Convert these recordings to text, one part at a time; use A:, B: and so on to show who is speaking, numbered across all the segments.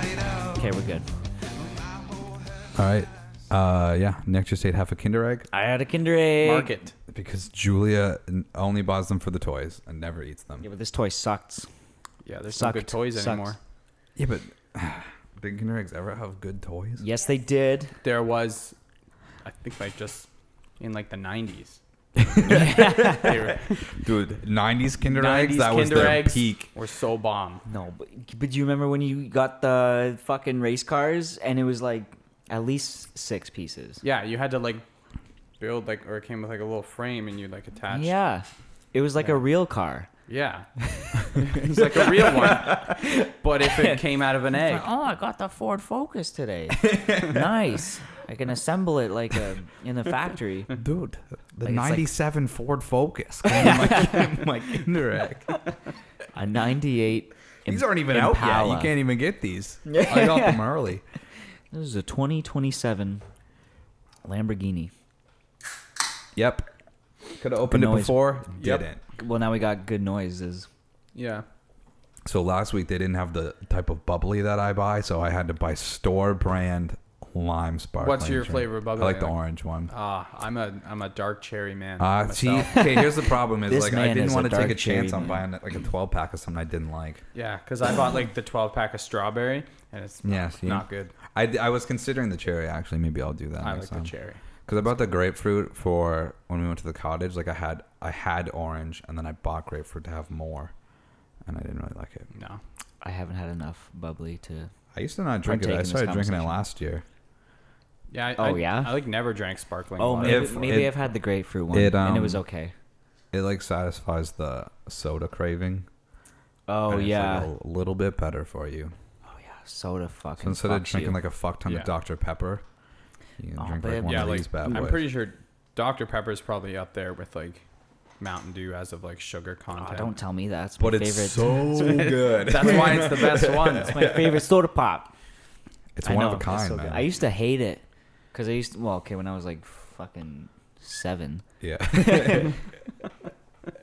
A: Okay, we're good.
B: All right. Uh, yeah. Nick just ate half a Kinder egg
A: I had a Kinder Egg.
C: Market.
B: because Julia n- only buys them for the toys and never eats them.
A: Yeah, but this toy sucked.
C: Yeah, there's
A: Sucked.
C: no good toys
A: Sucked.
C: anymore.
B: Yeah, but did Kinder eggs ever have good toys?
A: Yes, they did.
C: There was, I think, like just in like the 90s. they were,
B: Dude, 90s Kinder
C: 90s
B: eggs, that was
C: Kinder
B: their
C: eggs
B: peak.
C: were so bomb.
A: No, but, but do you remember when you got the fucking race cars and it was like at least six pieces?
C: Yeah, you had to like build like, or it came with like a little frame and you like attach.
A: Yeah. It was like a real car.
C: Yeah. it's like a real one. But if it came out of an egg.
A: oh, I got the Ford Focus today. nice. I can assemble it like a in a factory.
B: Dude, the
A: Like, it's like-
B: 97 Ford Focus. came in my, my Kinder egg.
A: A 98.
B: These aren't even out yet.
A: Impala.
B: You can't even get these. I got them early.
A: This is a 2027 Lamborghini.
B: Yep. Could have opened it
A: noise.
B: before.
C: Yep.
B: Didn't.
A: Well, now we got good noises.
C: Yeah.
B: So last week they didn't have the type of bubbly that I buy, so I had to buy store brand lime sparkling.
C: What's your flavor of bubbly?
B: I like the
C: Like-
B: orange one.
C: Ah, I'm a I'm a dark cherry man.
B: Uh, see,
C: myself.
B: okay, here's the problem is
A: This
B: like
A: man
B: I didn't
A: is
B: want
A: a
B: to take
A: dark
B: a chance
A: cherry
B: on
A: man.
B: buying like a 12 pack of something I didn't like.
C: Yeah, because I bought like the 12 pack of strawberry, and it's not,
B: Yeah, see?
C: not good.
B: I, I was considering the cherry actually. Maybe I'll do that.
C: I like
B: next
C: the
B: time.
C: cherry.
B: Because I bought the grapefruit for when we went to the cottage. Like I had I had orange, and then I bought grapefruit to have more, and I didn't really like it.
C: No,
A: I haven't had enough bubbly to.
B: I used to not drink it.
A: Partake in
B: I
A: this
B: started drinking it
A: conversation.
B: last year.
C: yeah. I,
A: Oh,
C: I,
A: yeah?
C: I like never drank sparkling.
A: Oh,
C: water.
A: maybe,
B: If
A: maybe
B: it-
A: I've had the grapefruit one
B: it,
A: and it was
B: um,
A: okay.
B: It like satisfies the soda craving.
A: Oh
B: and it's, like,
A: yeah.
B: a little bit better for you.
A: oh yeah. Soda fucking.
B: So instead of
A: fucks
B: drinking
A: you.
B: like a fuck ton
C: Yeah.
B: of Dr Pepper, you can
A: Oh,
B: drink
A: babe.
B: like one
C: yeah,
B: of
C: like
B: these bad boys.
C: I'm pretty sure Dr Pepper's probably up there with like Mountain Dew as of like sugar
A: Oh,
C: content.
A: don't tell me that's my
B: but it's
A: favorite.
B: so good.
C: That's why it's the best one.
A: it's my favorite soda pop.
B: It's
A: I
B: one
A: know,
B: of a
A: it's
B: kind,
A: so good.
B: man.
A: I used to hate it because I used to. Well, okay, when I was like fucking seven,
B: yeah.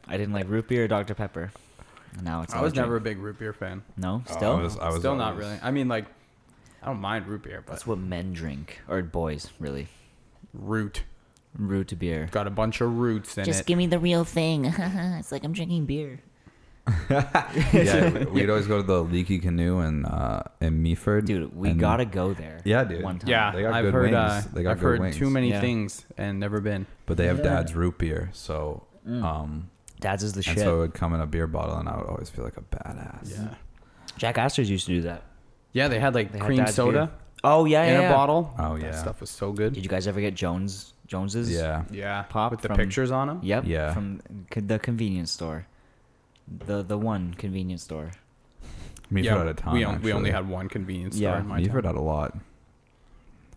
A: I didn't like root beer or Dr Pepper. And Now it's.
C: I
A: all
C: was
A: drink.
C: never a big root beer fan.
A: No, still.
B: I Oh, was, I was
C: Still not
B: always-
C: really. I mean, like, I don't mind root beer, but
A: that's what men drink or boys really.
C: root
A: Root to beer.
C: got a bunch of roots in
D: Just
C: it.
D: give me the real thing. it's like I'm drinking beer.
B: yeah, we- we'd always go to the Leaky Canoe and uh, in Meaford.
A: Dude, we
B: and-
A: gotta go there.
B: Yeah, dude.
A: One time.
C: yeah,
B: They got
C: I've
B: good
C: heard.
B: wings.
C: Uh,
B: They got
C: I've
B: good
C: heard
B: wings.
C: too many
A: Yeah.
C: things and never been.
B: But they have dad's root beer, so um,
A: Dad's is the Mm. shit.
B: and so it would come in a beer bottle, and I would always feel like a badass.
C: Yeah,
A: Jack Astor's used to do that.
C: yeah. They had like
A: They had
C: cream
A: dad's
C: soda.
A: beer. Oh yeah, yeah.
C: in
A: yeah.
C: a bottle.
B: Oh, yeah.
C: that stuff was so good.
A: Did you guys ever get Jones Joneses?
B: yeah.
C: yeah,
A: Pop
C: with the
A: from-
C: pictures on them.
A: Yep.
B: Yeah.
A: From c- the convenience store, the the one convenience store.
B: Meaford had a ton.
C: we, on- we only
B: actually.
C: had one convenience
A: Yeah.
C: store in my
B: Meaford had
C: town.
B: a lot.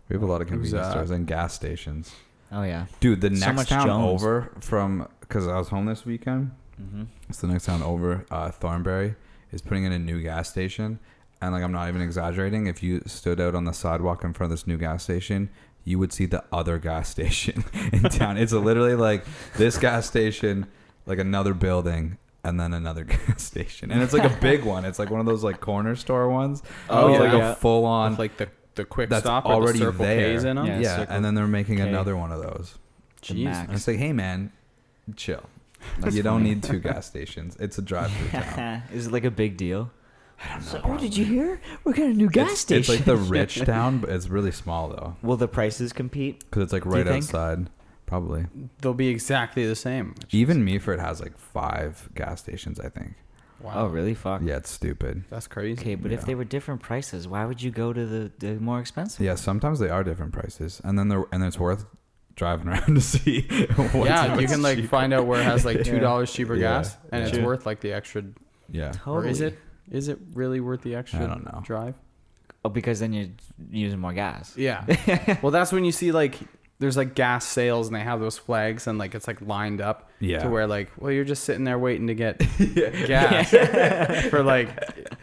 B: We have a lot of
C: Who's,
B: convenience
C: uh,
B: stores and gas stations.
A: Oh yeah.
B: Dude, the
A: So
B: next
A: much
B: town
A: Jones.
B: over from because I was home this weekend.
A: Mm-hmm.
B: It's the next town over. Uh, Thornberry is putting in a new gas station, and like I'm not even exaggerating. If you stood out on the sidewalk in front of this new gas station, you would see the other gas station in town. It's literally like this gas station, like another building. And then another gas station, and it's like a big one. It's like one of those like corner store ones.
C: Oh,
B: it's like
C: yeah.
B: a full on
C: With, like the the quick
B: that's
C: stop or
B: already
C: the circle
B: there.
C: K's in them.
A: Yeah,
B: Yeah,
A: Circle
B: and then they're making
A: K.
B: another one of those.
A: The
C: Jeez.
B: And it's
A: Max.
B: like, hey man, chill.
A: That's
B: you don't
A: funny.
B: need two gas stations. It's a drive-through town.
A: is it like a big deal?
D: So, oh, did you hear? We're getting a new gas
B: It's,
D: station.
B: it's like the rich town, but it's really small though,
A: Will the prices compete?
B: because it's like
A: you
B: right
A: think?
B: outside. Probably.
C: They'll be exactly the same. which is-
B: Even Meaford has like five gas stations, I think.
C: wow,
A: Oh really? Fuck.
B: Yeah, it's stupid.
C: that's crazy.
A: Okay, but if
B: Yeah.
A: they were different prices, why would you go to the, the more expensive?
B: Yeah, sometimes they are different prices, and then they're and it's worth driving around to see. What's,
C: yeah, you
B: what's
C: can like
B: cheap.
C: find out where it has like
A: Yeah.
C: two dollars cheaper
B: Yeah.
C: gas, and
B: Yeah.
C: it's
B: Sure.
C: worth like the extra.
B: Yeah,
C: Or
A: Totally.
C: is it? Is it really worth the extra?
B: I don't know.
C: Drive.
A: Oh, because then you're using more gas.
C: Yeah. well, that's when you see like there's like gas sales and they have those flags and like it's like lined up
B: Yeah.
C: to where like well you're just sitting there waiting to get gas for like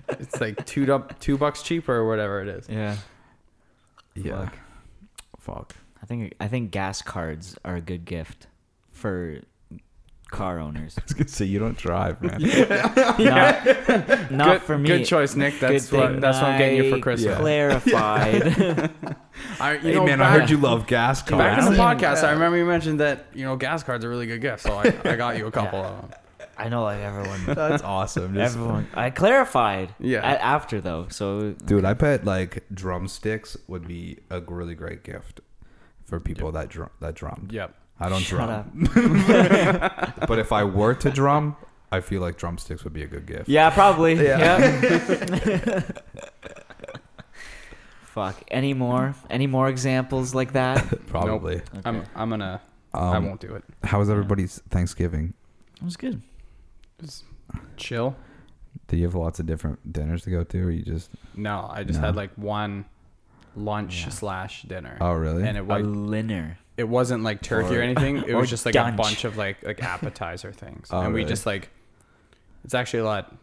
C: it's like two du- two bucks cheaper or whatever it is.
A: Yeah.
B: yeah.
A: Fuck.
B: Fuck.
A: I think I think gas cards are a good gift for car owners.
B: was gonna say you don't drive, man.
A: Not, not
C: good,
A: for me.
C: Good choice, Nick. That's what. That's what I'm getting you for
A: I
C: Christmas.
A: Clarified.
C: I, you
B: hey
C: know,
B: man, I
C: back-
B: heard you love gas cars.
C: Back in the
A: Around.
C: podcast, I remember you mentioned that you know gas cards are really good gifts, so I, I got you a couple of them.
A: I know, like everyone.
B: That's awesome. Just-
A: Everyone. I clarified.
C: Yeah.
A: a- after though, so
B: Dude, I bet like drumsticks would be a really great gift for people that drum that drum.
C: Yep.
B: I don't
A: shut up.
B: drum, but if I were to drum, I feel like drumsticks would be a good gift.
A: Yeah, probably.
B: Yeah.
A: Yeah. Fuck. Any more? Any more examples like that?
B: Probably.
C: I'm I'm gonna I
B: Um,
C: won't do it.
B: how was everybody's Thanksgiving?
A: It was good.
C: Just chill.
B: Did you have lots of different dinners to go to, or you just?
C: No, I just
B: No.
C: had like one lunch
A: Yeah.
C: slash dinner.
B: Oh, really?
C: And it
A: A
C: was
A: linner.
C: it wasn't like turkey or,
B: Or-
C: anything. It
A: or
C: was just like a
A: dunch.
C: bunch of like like appetizer things,
B: Oh,
C: and we
B: really?
C: just like it's actually a lot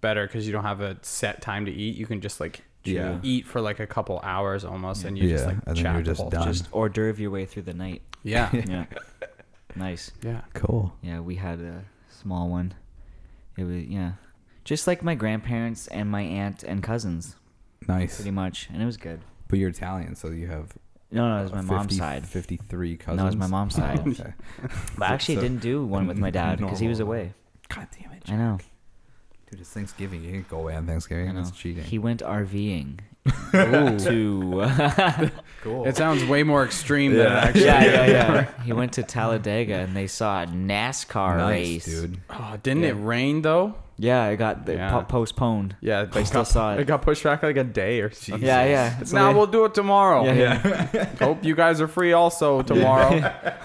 C: better because you don't have a set time to eat. You can just like
B: Yeah.
C: eat for like a couple hours almost, and you just
B: Yeah,
C: like
B: and then
C: chat.
B: you're
C: the
B: just
C: whole
B: done.
C: time.
A: Just hors d'oeuvre your way through the night.
C: yeah,
A: Yeah. nice.
C: yeah.
B: cool.
A: Yeah, we had a small one. It was yeah, just like my grandparents and my aunt and cousins,
B: Nice.
A: pretty much, and it was good.
B: But you're Italian, so you have.
A: No, no, it was my mom's
B: 50
A: side.
B: Fifty-three cousins.
A: No, it was my mom's
B: Oh,
A: side.
B: okay.
A: But I actually
B: So-
A: didn't do one with my dad because he was
B: Normal.
A: away.
B: God damn it,
A: I know.
B: dude! It's Thanksgiving. You can't go away on
A: I
B: Thanksgiving.
A: know.
B: That's cheating.
A: He went RVing
C: Ooh.
A: to
B: cool.
C: It sounds way more extreme than it
B: Yeah.
C: actually.
A: yeah, yeah, yeah. He went to Talladega and they saw a NASCAR
B: nice,
A: race.
B: dude.
C: Oh, didn't
A: Yeah.
C: it rain though?
A: Yeah, it got it
C: Yeah.
A: po- postponed.
C: Yeah,
A: But I still saw it.
C: It got pushed back like a day or something.
A: Yeah, yeah. So
C: now
A: they-
C: we'll do it tomorrow.
A: Yeah,
C: Hope you guys are free also tomorrow.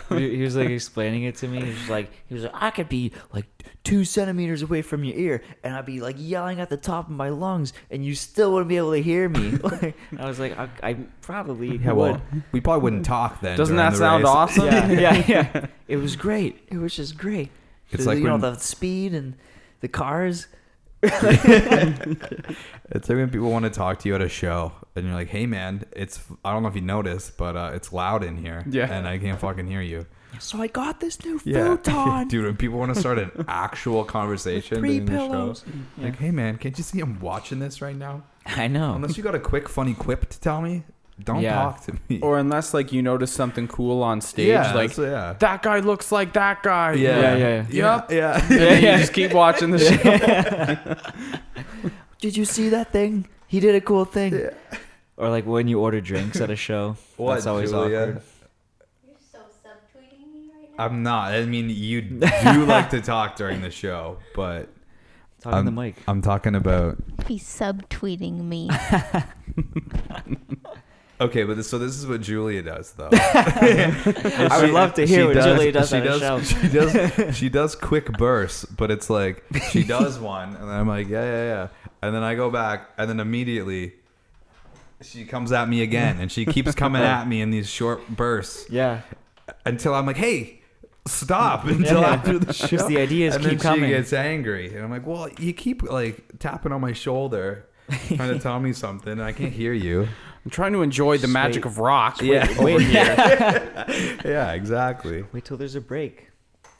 A: he he was like explaining it to me. He was like, he was like, I could be like two centimeters away from your ear, and I'd be like yelling at the top of my lungs, and you still wouldn't be able to hear me. Like, I was like, I, I probably
B: Yeah,
A: would.
B: well, we probably wouldn't talk then.
C: Doesn't
B: during
C: that
B: the
C: sound
B: race.
C: awesome?
A: yeah, yeah, yeah. It was great. It was just great.
B: It's
A: The-
B: like
A: you
B: when-
A: know the speed and the cars.
B: It's like when people want to talk to you at a show, and you're like, "Hey, man, it's I don't know if you noticed, but uh, it's loud in here,
C: Yeah.
B: and I can't fucking hear you."
A: So I got this new
B: Yeah,
A: futon.
B: dude. When people want to start an actual conversation
A: Three
B: during the show,
A: pillows.
B: like, "Hey, man, can't you see I'm watching this right now?
A: I know.
B: Unless you got a quick, funny quip to tell me, don't
A: Yeah.
B: talk to me."
C: Or unless like you notice something cool on stage,
B: yeah,
C: like
B: that's- yeah,
C: that guy looks like that guy.
A: Yeah, yeah, yeah.
C: Yup.
B: yeah.
C: And then you just keep watching the show.
A: Did you see that thing? He did a cool thing. Or like when you order drinks at a show. that's always awkward.
E: You're so subtweeting me right now.
B: I'm not. I mean, you do like to talk during the show, but
A: Talking to
B: I'm-
A: the mic.
B: I'm talking about
E: He's subtweeting me.
B: Okay, but this, so this is what Julia does, though.
A: I would love to hear what Julia does on a show.
B: She does. She does quick bursts, but it's like she does one, and then I'm like, yeah, yeah, yeah, and then I go back, and then immediately she comes at me again, and she keeps coming at me in these short bursts
A: Yeah.
B: until I'm like, hey. Stop until
A: Yeah.
B: after the show.
A: the ideas
B: and then
A: keep coming.
B: She gets angry, and I'm like, "Well, you keep like tapping on my shoulder, trying to tell me something, and I can't hear you."
C: I'm trying to enjoy the magic of rock.
B: Yeah,
A: Wait,
B: yeah, exactly.
A: wait till there's a break.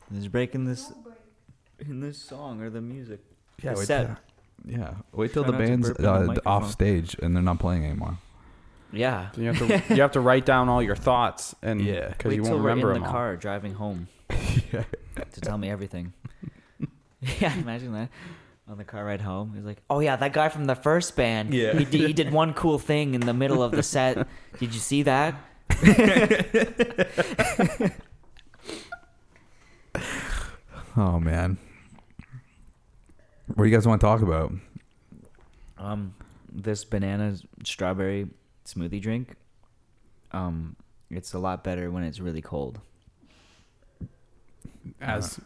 A: There's a break in this in this song or the music.
B: Yeah,
A: The
B: wait
A: set.
B: till- yeah. Wait till
A: Try
B: the
A: not to
B: band's
A: burp into the
B: uh,
A: microphone.
B: off stage and they're not playing anymore.
A: Yeah.
C: You have to you have to write down all your thoughts and
B: Yeah.
C: because
A: Wait
C: you
A: till
C: won't
A: we're in
C: remember
A: the
C: them all.
A: car driving home to tell me everything. yeah, imagine that. On the car ride home, he's like, "Oh yeah, that guy from the first band.
B: Yeah.
A: he, did, he did one cool thing in the middle of the set. Did you see that?
B: Oh man. What do you guys want to talk about?
A: Um, this banana strawberry smoothie drink. Um, it's a lot better when it's really cold.
C: As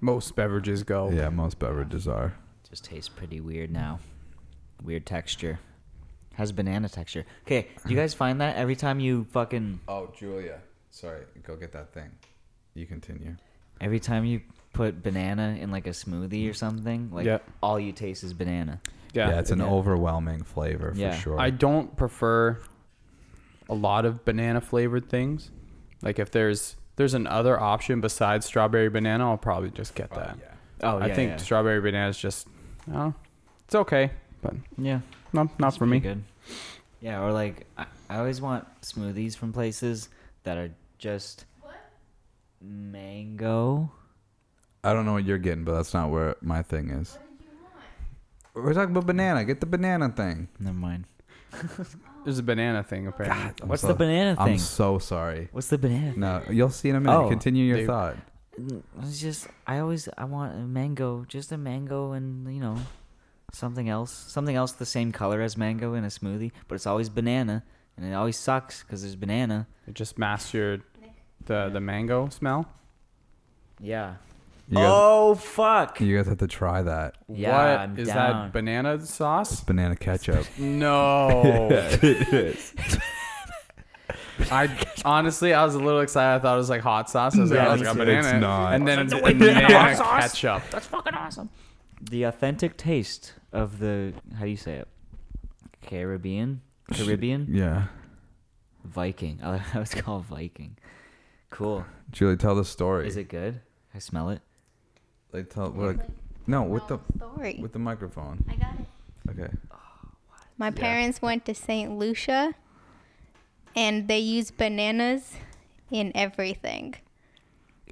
C: most beverages go.
B: Yeah, most beverages are.
A: just tastes pretty weird now. Weird texture. Has banana texture. Okay, do you guys find that every time you fucking
B: Oh, Julia. Sorry, go get that thing. You continue.
A: every time you put banana in like a smoothie or something, like
C: Yeah.
A: all you taste is banana.
C: Yeah.
B: Yeah, it's an
A: Yeah.
B: overwhelming flavor for
A: Yeah.
B: sure.
C: I don't prefer a lot of banana flavored things. Like if there's there's another option besides strawberry banana, I'll probably just get that.
B: yeah.
A: Oh,
C: I think strawberry banana is just, I don't know. It's okay, but
A: yeah.
C: no, not
A: That's
C: for me.
A: pretty Good. Yeah, or like I, I always want smoothies from places that are just mango.
B: I don't know what you're getting, but that's not where my thing is. We're talking about banana. Get the banana thing.
A: Never mind.
C: There's a banana thing apparently.
B: I'm
A: Ah, What's
B: so-
A: the banana
B: I'm
A: thing?
B: so sorry.
A: What's the banana?
B: No, you'll see in a minute.
A: Oh,
B: Continue your
C: dude.
B: thought.
A: N- It's just I always I want a mango, just a mango, and you know, something else, something else the same color as mango in a smoothie, but it's always banana, and it always sucks because there's banana.
C: It just mastered the the mango smell.
A: Yeah.
B: You guys,
A: oh fuck.
B: you guys have to try that.
A: Yeah,
C: What
A: I'm
C: is
A: down.
C: that banana sauce?
B: Banana ketchup.
C: No. I honestly, I was a little excited. I thought it was like hot sauce. I was
B: No,
C: like,
B: it's-
C: oh, it's got
B: it's
C: banana,
B: not.
C: and then it's
D: It's
C: banana
D: hot sauce.
C: ketchup.
D: That's fucking awesome.
A: the authentic taste of the how do you say it? Caribbean, Caribbean,
B: yeah.
A: Viking. I I was called Viking. Cool.
B: Julie, tell the story.
A: Is it good? I smell it.
B: Like tell what? No, with the
E: story.
B: with the microphone.
E: oh, I got it.
B: Okay.
E: My parents went to St. Lucia, and they use bananas in everything.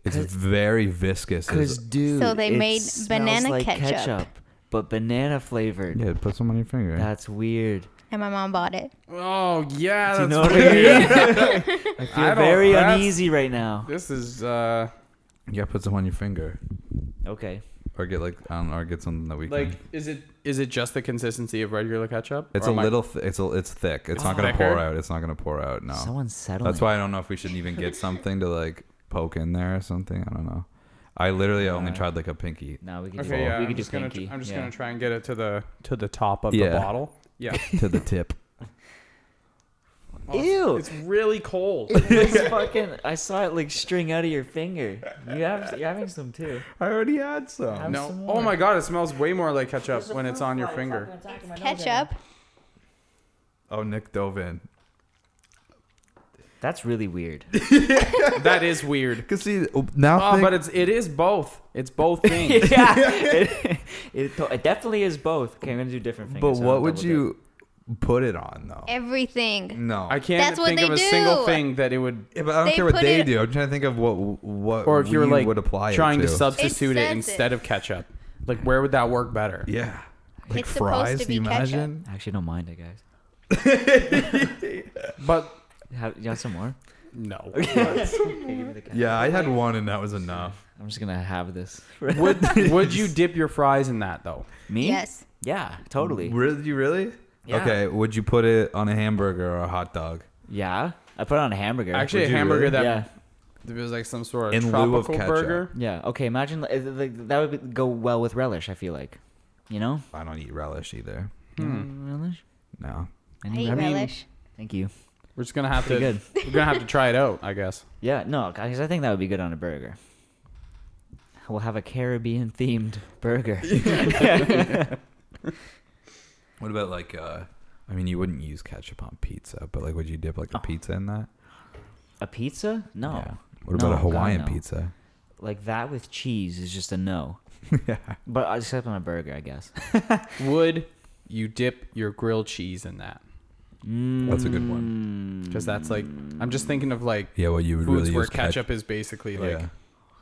B: It's very viscous.
A: Cause
B: Is-
A: dude,
E: So they
A: it
E: made
A: smells
E: banana
A: like
E: ketchup.
A: but banana flavored.
B: yeah, put some on your finger.
A: That's weird.
E: And my mom bought it.
C: Oh yeah,
A: Do you
C: that's
A: know what I
C: weird.
A: mean? I feel
C: don't-
A: very
C: that's-
A: uneasy right now.
C: This is uh,
B: yeah, put some on your finger,
A: Okay.
B: or get like I don't know, or get something that we can.
C: like, is it is it just the consistency of regular ketchup?
B: It's
C: Or
B: a
C: am I-
B: little. Th- it's a, It's thick. It's not gonna
C: thicker?
B: pour out. It's not gonna pour out. No.
A: Someone's settling.
B: That's why I don't know if we should even get something to like poke in there or something. I don't know. I literally only
A: Uh,
B: tried like a pinky.
A: No, we could do.
C: Okay, yeah.
A: we
C: I'm
A: could do
C: just gonna.
A: pinky.
C: I'm just
A: yeah.
C: gonna try and get it to the to the top of
B: Yeah.
C: the bottle. Yeah.
B: to the tip.
C: Oh, it's-
A: Ew.
C: It's really cold.
A: It's fucking. I saw it like string out of your finger. You have. You're having some too.
B: I already had some.
A: Have
C: no.
A: some
C: Oh
A: more.
C: my god, it smells way more like ketchup when it's on your finger.
E: It's ketchup.
B: Oh, Nick dove in.
A: That's really weird.
C: that is weird.
B: Cause see now,
C: Oh,
B: think,
C: but it's it is both. It's both things.
A: yeah. It, it, to- it definitely is both. Okay, I'm gonna do different
B: but,
A: fingers. so
B: what
A: I'll
B: would
A: double
B: you put it on though?
E: Everything.
B: no,
C: I can't
E: That's what
C: think of
E: they
C: a single
E: do.
C: thing that it would
B: Yeah, but I don't
E: They
B: care what
E: put
B: they
E: it-
B: do. I'm trying to think of what what
C: or if you were
B: we
C: like
B: would apply
C: trying
B: it
C: to
B: to.
C: substitute it,
E: says it.
C: instead of ketchup. Like where would that work better?
B: yeah, like
E: It's supposed
B: fries.
E: to
B: do you
E: be ketchup.
B: imagine?
A: dip. I actually don't mind it, guys.
C: But
A: Have, you have some more?
C: no.
B: Yeah, I had one and that was enough.
A: I'm just gonna have this.
C: would would you dip your fries in that though?
A: Me?
E: Yes.
A: Yeah, totally.
B: Really? You really?
A: Yeah.
B: Okay. Would you put it on a hamburger or a hot dog
A: Yeah, I put it on a hamburger.
C: Actually, a
B: Would you
C: hamburger
B: really?
C: that
A: yeah,
C: there was like some sort of
B: In lieu of
C: tropical
B: ketchup.
C: burger.
A: yeah. Okay, imagine like, th- th- that would be- go well with relish. I feel like, you know,
B: I don't eat relish either.
C: Hmm.
A: relish.
B: No.
E: I
A: Any
E: eat
A: relish?
C: mean-
E: relish.
A: Thank you.
C: We're just gonna have to
A: Pretty good.
C: we're gonna have to try it out, I guess.
A: Yeah, no, guys, I think that would be good on a burger. We'll have a Caribbean themed burger.
B: What about like? uh I mean, you wouldn't use ketchup on pizza, but like, would you dip like a pizza in that?
A: a pizza? Oh. No.
B: Yeah. What about
A: No,
B: a Hawaiian
A: God, no.
B: pizza?
A: Like that with cheese is just a no.
B: yeah.
A: But I- except on a burger, I guess.
C: Would you dip your grilled cheese in that?
B: That's a good one.
A: Mm.
C: Because that's like I'm just thinking of like
B: Yeah. Well, you would
C: foods
B: really
C: where
B: use ketchup.
C: ketchup is basically like
B: Yeah.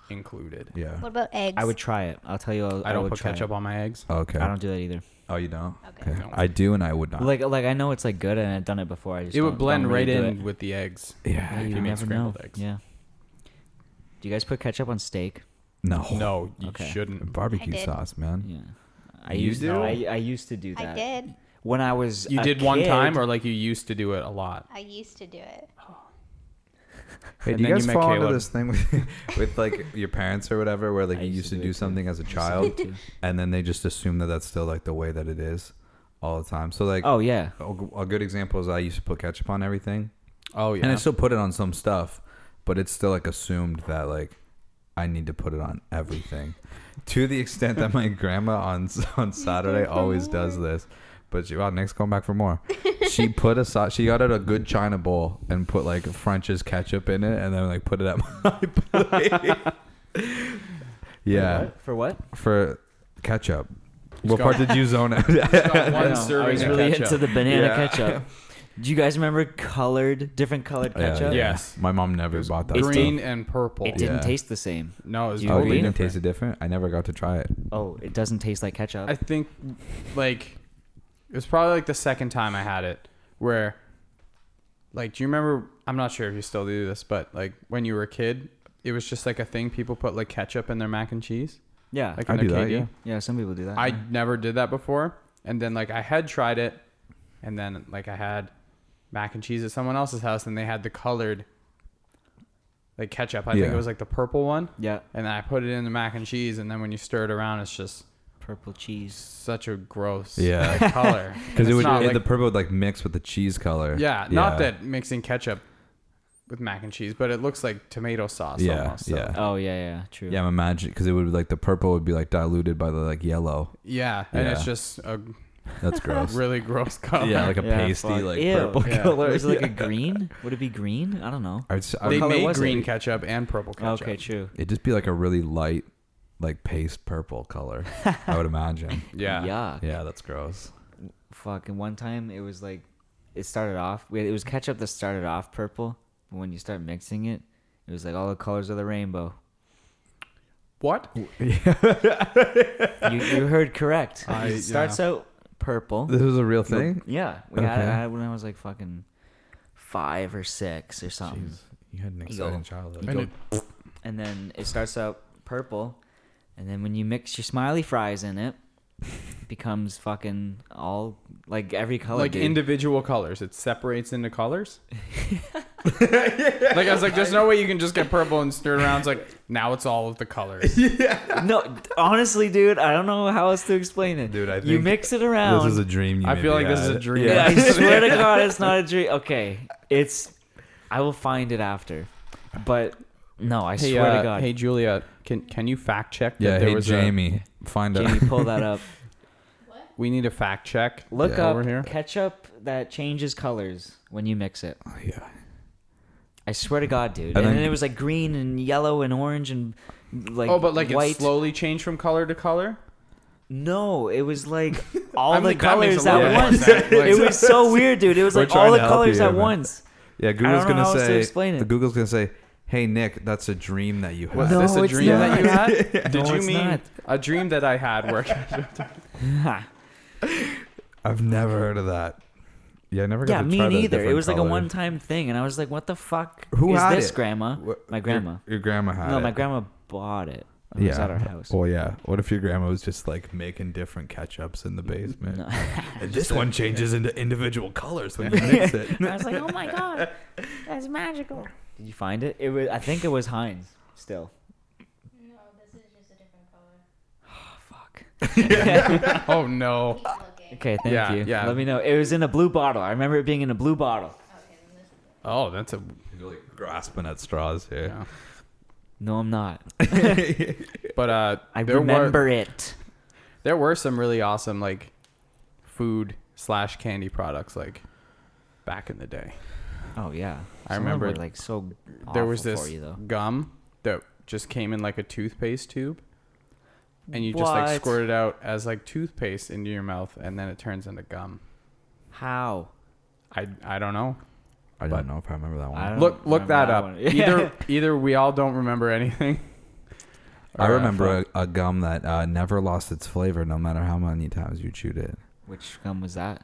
C: included.
B: Yeah.
E: What about eggs?
A: I would try it. I'll tell you. I'll,
C: I don't
A: would
C: put
A: try
C: ketchup
A: It.
C: on my eggs.
B: Okay.
A: I don't do that either.
B: Oh, you don't.
E: Okay.
C: No.
B: I do, and I would not.
A: Like, like I know it's like good, and I've done it before. I just
C: It
A: don't-
C: would blend
A: don't
C: right
A: really do
C: in
A: it.
C: with the eggs.
B: yeah.
A: Yeah,
C: if you
A: you
C: make
A: never know.
C: scrambled eggs.
A: Yeah. Do you guys put ketchup on steak?
B: No.
C: No, you
A: Oh, Okay.
C: shouldn't.
B: Barbecue
E: I did.
B: sauce, man.
A: Yeah. I
B: You
A: used
B: do?
A: No, I, I used to do that.
E: I did.
A: When I was
C: You
A: a
C: did one
A: kid-
C: time, or like you used to do it a lot.
E: I used to do it.
B: Hey,
C: And
B: do you
C: then
B: guys
C: you met
B: fall into
C: Caleb.
B: this thing with, with like your parents or whatever, where like
A: I
B: you used to do
A: it too.
B: something as a
A: I used to
B: child,
A: do it too.
B: and then they just assume that that's still like the way that it is all the time. So like,
A: Oh yeah.
B: a, a good example is I used to put ketchup on everything,
C: Oh yeah.
B: and I still put it on some stuff, but it's still like assumed that like I need to put it on everything, to the extent that my grandma on on Saturday always does this. But she, wow, Nick's oh, going back for more. she put a so- she got out a good china bowl and put like French's ketchup in it, and then like put it at my plate. yeah,
A: For what?
B: for ketchup. what
C: got-
B: part did you zone out?
C: got
A: I don't
C: one
A: know. I
C: serving
A: was
C: of
A: really
C: ketchup.
A: into the banana
B: Yeah.
A: ketchup. Do you guys remember colored, different colored
B: Oh,
A: ketchup?
C: Yeah.
B: My mom never bought that.
C: green and purple.
A: It didn't
B: Yeah.
A: taste the same.
C: no, it was
A: You
B: Stuff. Oh,
C: totally
B: it didn't
A: Green?
B: taste it different. I never got to try it.
A: Oh, it doesn't taste like ketchup.
C: I think like it was probably like the second time I had it where like do you remember I'm not sure if you still do this, but like when you were a kid, it was just like a thing people put like ketchup in their mac and cheese.
A: yeah.
C: Like
B: I
C: in
B: do that,
C: Acadia.
B: yeah.
A: yeah, some people do that.
C: I
A: yeah.
C: never did that before. And then like I had tried it and then like I had mac and cheese at someone else's house and they had the colored like ketchup. I think
B: Yeah.
C: it was like the purple one.
A: Yeah.
C: And then I put it in the mac and cheese and then when you stir it around it's just
A: Purple cheese.
C: such a gross
B: Yeah.
C: like, color.
B: Because it
C: It's
B: would
C: not,
B: it-
C: like-
B: the purple would like mix with the cheese color.
C: Yeah, not that mixing ketchup with mac and cheese, but it looks like tomato sauce
B: Yeah,
C: almost. so-
B: yeah.
A: Oh yeah, yeah, true.
B: Yeah, I'm imagining because it would like the purple would be like diluted by the like yellow.
C: Yeah, and it's
B: Yeah.
C: just a
B: That's gross.
C: really gross color.
B: yeah, like a
A: Yeah,
B: pasty
A: fuck.
B: like
A: Ew.
B: purple
C: Yeah.
B: color.
A: Or is it like a green? Would it be green? I don't know.
B: I'd, s- I would
C: they
B: call it-
A: color
C: made
A: was it?
C: green ketchup and purple ketchup.
A: Okay, true.
B: it'd just be like a really light, like paste purple color. I would imagine.
C: Yeah.
A: Yuck.
B: Yeah, that's gross.
A: Fucking one time it was like it started off we- it was ketchup that started off purple, but when you start mixing it, it was like all the colors of the rainbow.
C: What?
A: You, you heard correct.
C: I-
A: it starts out purple.
B: This is a real thing.
A: yeah. We had it
B: Okay.
A: I had it when I was like fucking five or six or something.
B: You had an
A: exciting
B: exciting childhood.
C: And it-
A: and then it starts out purple, and then when you mix your smiley fries in it, it becomes fucking all like every color.
C: like
A: dude.
C: individual colors. It separates into colors. Like I was like, there's no way you can just get purple and stir it around. It's like now it's all of the colors.
A: no, honestly, dude, I don't know how else to explain it.
B: Dude, I
A: you
B: think
A: mix it around.
B: This is a dream. You
C: I
B: made
C: feel
B: me
C: like this is
B: had.
C: a dream.
A: Yeah, I
C: Yeah.
A: swear to God, it's not a dream. Okay, it's. I will find it after, but no, I
C: Hey,
A: swear
C: uh,
A: to God,
C: hey Julia, can can you fact check? that
B: Yeah,
C: there
B: hey
C: was a-
B: Jamie, find out.
A: Jamie, pull that up.
C: we need a fact check.
A: Look
B: Yeah.
A: up
C: Over here.
A: ketchup that changes colors when you mix it.
B: yeah.
A: I swear to God, dude.
B: And
A: And,
B: then-
A: then it was like green and yellow and orange and like
C: oh, but like
A: white.
C: it slowly changed from color to color.
A: no, it was like all
C: I
A: the
C: mean, that makes
A: colors
C: a lot
A: at
C: more
A: once.
C: sense. Like-
A: it was so weird, dude. It was
B: We're
A: like all
B: trying
A: the
B: to help
A: colors
B: you,
A: at
B: man.
A: once.
B: Yeah, Google's
A: don't know
B: gonna
A: how else to
B: say
A: explain it.
B: Google's gonna say, "Hey Nick, that's a dream that you had."
C: Was
A: No,
C: this a
A: it's
C: dream that you
A: not.
C: had? Did
A: No,
C: you
A: it's
C: mean
A: not.
C: a dream that I had where
A: Ha.
B: I've never heard of that. Yeah, I never got
A: yeah,
B: to
A: me
B: try the
A: neither. It
B: different
A: was like a
B: colors.
A: one-time thing, and I was like, "What the fuck
B: Who
A: is
B: had
A: this,
B: it?
A: Grandma?"
B: What-
A: My grandma.
B: Your, your grandma had
A: no,
B: it.
A: my grandma bought it. It
B: yeah.
A: was at our house.
B: Well, yeah. What if your grandma was just like making different ketchups in the basement?
A: No.
B: And this one changes into individual colors when you mix it.
D: I was like, oh my god, that's magical.
A: Did you find it? It was. I think it was Heinz. Still.
E: No, this is just a different color.
A: Fuck.
C: Oh no.
A: Okay, thank
C: Yeah,
A: you.
C: yeah.
A: Let me know. It was in a blue bottle. I remember it being in a blue bottle.
C: Oh, that's a.
B: You're like grasping at straws here.
C: Yeah.
A: No, I'm not.
C: But uh,
A: I
C: there
A: remember
C: were
A: it.
C: there were some really awesome like food slash candy products like back in the day.
A: Oh yeah,
C: I
A: Some of them
C: remember
A: were, like so.
C: there was
A: awful
C: this
A: For you, though.
C: gum that just came in like a toothpaste tube, and you just
A: What?
C: like squirt it out as like toothpaste into your mouth, and then it turns into gum.
A: How?
C: I I don't know.
B: I
C: But-
B: don't know if I remember that one.
A: I
B: I,
A: don't
C: Look look
A: remember
C: that,
A: that
C: up.
A: one.
C: Either either we all don't remember anything. or, uh,
B: remember a, a gum that uh, never lost its flavor no matter how many times you chewed it.
A: Which gum was that?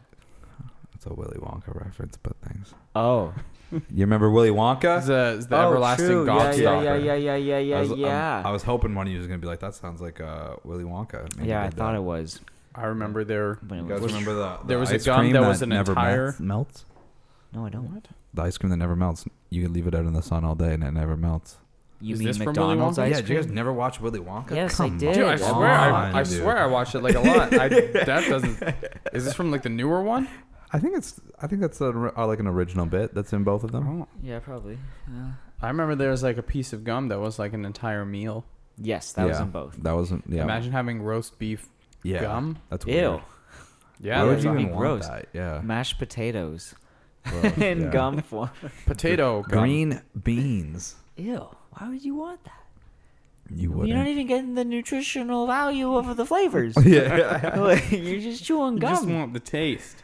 B: It's a Willy Wonka reference, but thanks.
A: Oh,
B: You remember Willy Wonka?
C: It's a- it's the
A: oh,
C: everlasting
A: true. Yeah,
C: gobstopper.
A: yeah, yeah, yeah, yeah, yeah, yeah,
B: I was, I'm-
A: yeah.
B: I was hoping one of you was gonna be like, "That sounds like uh, Willy Wonka." Maybe
A: yeah,
B: they
A: um, I
B: did
A: thought
B: that.
A: it was.
C: I remember there.
A: But it
B: You guys
A: was
B: remember the, the
C: There was a
B: ice
C: gum
B: cream
C: that was an
B: never
C: entire-
B: melts- melts?
A: no, I don't.
B: The ice cream that never melts. You can leave it out in the sun all day and it never melts.
A: You
C: Is
A: mean
C: this from Willy
A: McDonald's
C: Wonka?
A: ice cream?
B: never watch Willy Wonka?
A: Yes, I did.
C: Dude, I
A: Dude,
C: swear,
A: come
B: on,
C: I, I
B: dude.
C: swear, I watched it like a lot. I, that doesn't. Is this from like the newer one?
B: I think it's. I think that's a, uh, like an original bit that's in both of them.
A: Yeah, probably. Uh,
C: I remember there was like a piece of gum that was like an entire meal.
A: yes, that was
B: Yeah,
A: in both.
B: That wasn't. Yeah.
C: Imagine having roast beef
B: yeah.
C: gum.
B: That's weird.
A: Ew.
C: Yeah,
B: Why would
C: that's
B: you
C: not-
B: even
A: fucking
B: want
A: gross.
B: that? Yeah.
A: mashed potatoes
B: Gross,
A: in
B: yeah.
A: gum form.
C: potato Oh, gum.
B: Green beans.
A: Ew. Why would you want that?
B: You wouldn't.
A: You're not even getting the nutritional value of the
C: Oh,
A: flavors.
B: yeah.
A: Like, You're just chewing
C: You
A: gum.
C: just want the taste.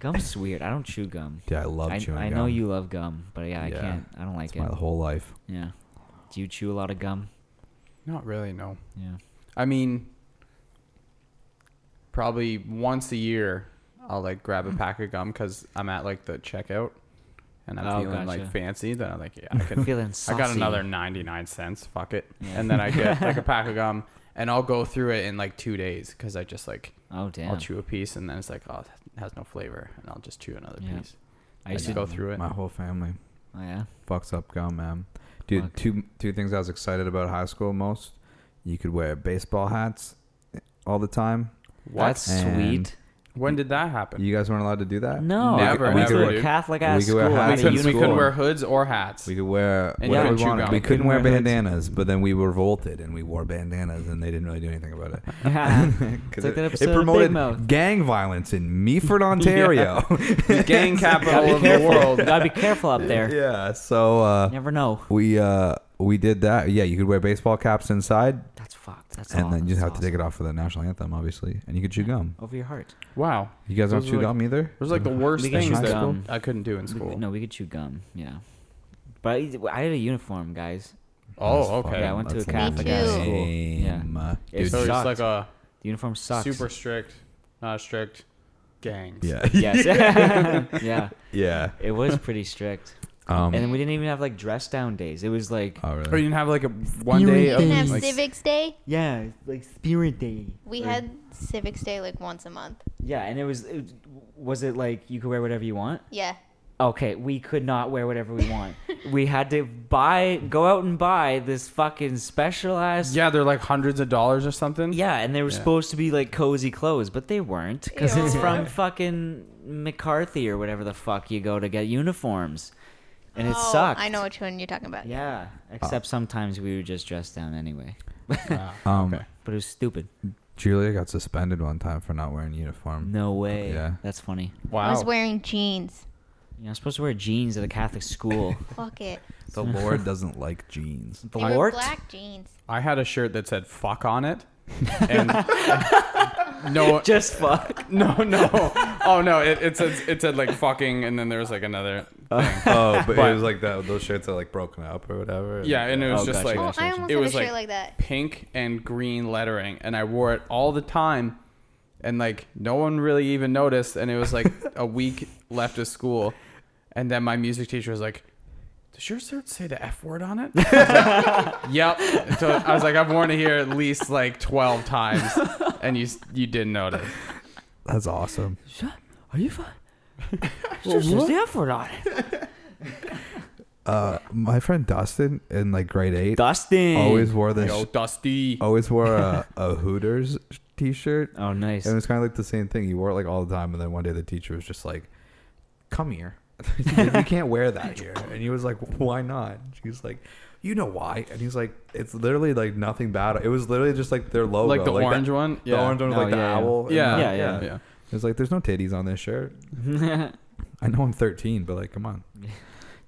A: Gum's weird. I don't chew gum.
B: Yeah, I love
A: I,
B: chewing
A: I
B: gum.
A: know you love gum, but yeah, I
B: Yeah.
A: can't. I don't like
B: It's
A: it.
B: my whole life.
A: Yeah. Do you chew a lot of gum?
C: Not really. No.
A: Yeah.
C: I mean, probably once a year, I'll like grab
A: Hmm.
C: a pack of gum because I'm at like the checkout, and I'm
A: Oh,
C: feeling like
A: gotcha.
C: fancy. Then I'm like, yeah, I can.
A: Feeling
C: I got
A: saucy.
C: another 99 cents. Fuck it.
A: Yeah.
C: And then I get like a pack of gum, and I'll go through it in like two days because I just like
A: Oh damn.
C: I'll chew a piece, and then it's like, oh, it has no flavor, and I'll just chew another
A: Yeah.
C: piece.
A: I
C: I
A: used
C: just
A: to.
C: go through it.
B: My whole family
A: Oh, yeah.
B: fucks up gum, man. Dude,
A: Fuck.
B: two two things I was excited about high school most. You could wear baseball hats all the time.
C: What?
A: That's
B: And-
A: sweet.
C: when did that happen?
B: You guys weren't allowed to do that.
A: No.
C: Never,
A: We
C: never,
A: were
C: dude.
A: a Catholic ass
B: We could
A: school.
B: wear
A: How
C: we,
B: hats
A: do
B: in
C: couldn't,
A: you
C: we couldn't
B: school.
C: wear hoods or hats.
B: We could wear
C: And you
B: whatever
C: couldn't
B: we
C: chew
B: wanted.
C: gum.
B: We
C: You
B: couldn't
A: couldn't
B: wear
A: wear hats.
B: bandanas, but then we revolted and we wore bandanas, and they didn't really do anything about it.
A: It's
B: Because
A: like that
B: it,
A: episode of Big Mouth.
B: promoted gang violence in Meaford, Ontario.
C: The gang capital of the
A: careful.
C: world.
A: Gotta be careful up there.
B: yeah, so uh,
A: Never know.
B: we uh, we did that. Yeah, you could wear baseball caps inside,
A: That's fucked. That's
B: and then you just have to take it off for the national anthem, obviously. And you could chew gum.
A: over your heart.
C: Wow.
B: You guys don't
C: Those
B: chew
C: are like-
B: gum either.
C: It was like the worst
A: We could
C: things
B: chew
C: that
A: gum.
C: I couldn't do in
A: We-
C: school.
A: no, we could chew gum. Yeah, but I, I had a uniform, guys.
B: That's
C: Oh,
B: fucking-
C: okay.
A: Yeah, I went to
B: that's
A: a Catholic
E: Me too.
A: school.
B: lame.
A: Yeah.
B: Uh,
A: It's
C: so
B: dude,
C: it's
A: sucked.
C: like a
A: The uniform sucks.
C: super strict, not strict gangs.
B: yeah,
A: Yes. yeah.
B: yeah.
A: It was pretty strict.
B: Um,
A: and then we didn't even have like dress down days. It was like
B: oh,
C: Or you
B: really?
C: didn't have like a one
A: Spirit
C: day
E: You
C: of
E: didn't have
C: like,
E: Civics Day.
A: yeah, like spirit day.
E: We had Civics Day like once a month.
A: Yeah, and it was it, was- was it like you could wear whatever you want?
E: Yeah.
A: Okay, we could not wear whatever we want. we had to buy go out and buy this fucking specialized
C: yeah, they're like hundreds of dollars or something.
A: Yeah, and they were
C: Yeah.
A: supposed to be like cozy clothes, but they weren't because it's
E: Ew.
A: from fucking McCarthy or whatever the fuck you go to get uniforms, and it
E: Oh,
A: sucked.
E: I know which one you're talking about.
A: Yeah, except sometimes we would just dress down anyway,
C: Ah,
B: Um,
C: okay.
A: but it was stupid.
B: Julia got suspended one time for not wearing uniform.
A: No way.
B: Yeah.
A: that's funny.
E: I was
C: Wow.
E: wearing jeans.
A: You're not supposed to wear jeans at a Catholic school.
E: Fuck it.
B: The Lord doesn't like jeans.
A: the
E: they were
A: Lord?
E: black jeans.
C: I had a shirt that said "fuck" on it. And no,
A: Just fuck.
C: no, no. Oh no! It, it said it said like "fucking," and then there was like another.
B: Oh, but,
C: But-
B: it was like that. Those shirts are like broken up or whatever.
C: Yeah, and it was
A: Oh,
C: just
A: gotcha,
C: like
E: Oh,
A: gotcha.
E: I almost
C: It
E: had a
C: was
E: shirt
C: like-
E: like that.
C: pink and green lettering and I wore it all the time and like no one really even noticed and it was like a week left of school and then my music teacher was like does your shirt say the F word on it? I was like, yep. So I was like, I've worn it here at least like twelve times, and you s- you didn't notice.
B: Oh, that's awesome.
A: Are you fine? Just the effort on it.
B: Uh, my friend Dustin in like grade eight
A: Dustin.
B: always wore this.
C: Yo, Dusty.
B: always wore a, a Hooters t-shirt,
A: Oh, nice.
B: and it was kind of like the same thing. You wore it like all the time, and then one day the teacher was just like, "Come here, you can't wear that here." And he was like, "Why not?" She's like. You know why? And he's like, it's literally like nothing bad. It was literally just oh, like their logo,
C: Like the orange
B: that-
C: one?
B: the
C: Yeah.
B: orange one, with
A: Oh,
B: like the
A: yeah, yeah.
B: owl. and
C: Yeah,
B: the-
A: yeah, yeah.
C: Yeah.
B: It was like, there's no titties on this shirt. I know I'm 13, but like, come on, it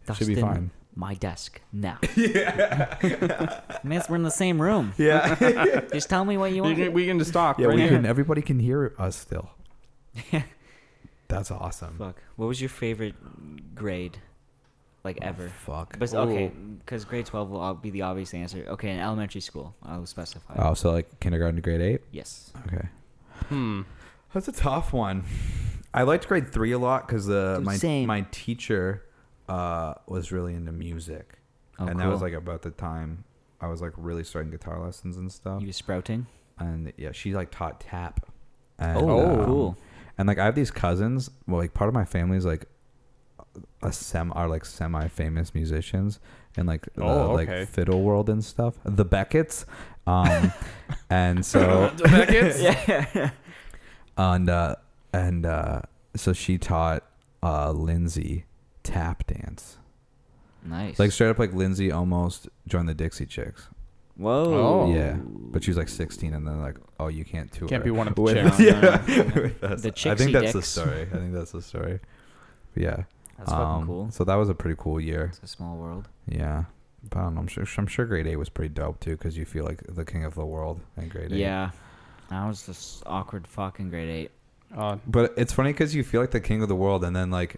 B: should
A: Dustin,
B: be fine.
A: my desk now. yeah. Miss, we're in the same room.
B: Yeah,
A: Just tell me what you
C: We
A: want.
C: can, we can just talk
B: yeah.
C: right
B: We
C: here.
B: can. Everybody can hear us still. That's awesome.
A: Fuck. What was your favorite grade, like ever?
B: Fuck.
A: But okay, because grade twelve will ob- be the obvious answer. Okay, in elementary school, I'll specify.
B: Oh, so like kindergarten to grade eight.
A: Yes.
B: Okay,
C: Hmm.
B: that's a tough one. I liked grade three a lot because uh,
A: Dude,
B: my
A: same.
B: my teacher uh, was really into music,
A: Oh,
B: and that was
A: cool.
B: like about the time I was like really starting guitar lessons and stuff.
A: You were sprouting.
B: and yeah, she like taught tap. And,
A: Oh,
B: um,
A: cool.
B: And like I have these cousins. Well, like part of my family is like a sem are like semi famous musicians and like the,
C: Oh, okay.
B: like fiddle world and stuff. The Beckett's, um, and so
C: Beckett's?
B: and uh, and uh, so she taught uh, Lindsay tap dance.
A: Nice.
B: Like straight up, like Lindsay almost joined the Dixie Chicks.
A: Whoa.
C: Oh.
B: Yeah, but she was like 16, and then like, oh, you can't tour.
C: Can't be one of the
B: with,
C: chicks.
B: yeah,
A: Yeah.
B: with us.
A: The
B: I
A: Chicksy
B: think that's the
A: Dicks.
B: story. I think that's the story. But yeah,
A: That's fucking
B: um,
A: cool.
B: So that was a pretty cool year.
A: It's a small world.
B: Yeah, but I don't know, I'm sure. I'm sure grade eight was pretty dope too, because you feel like the king of the world in grade eight.
A: Yeah. I was this awkward fucking grade eight.
C: Uh,
B: But it's funny because you feel like the king of the world, and then like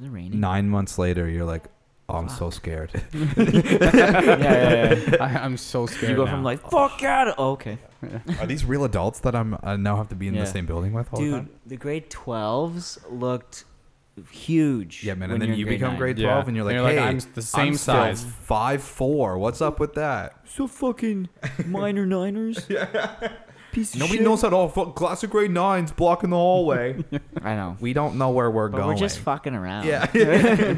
A: Is it raining?
B: nine months later, you're like, oh, I'm so scared.
C: yeah, yeah, yeah. I, I'm so scared.
A: You go
C: now.
A: from like fuck out. Oh, okay,
B: Are these real adults that I'm I now have to be in
A: Yeah.
B: the same building with all the
A: dude.
B: time?
A: The grade twelves looked huge.
B: Yeah, man.
A: when
B: And then
A: you're in
B: you become
A: nine.
B: grade
C: Yeah.
B: twelve, and you're like, hey,
C: I'm the same
B: I'm still
C: size.
B: five four. What's up with that?
A: So fucking minor niners. yeah. Piece of
B: Nobody
A: shit.
B: knows that all fuck class of grade nines blocking the hallway.
A: I know.
B: we don't know where we're
A: But
B: going.
A: we're just fucking around.
B: yeah.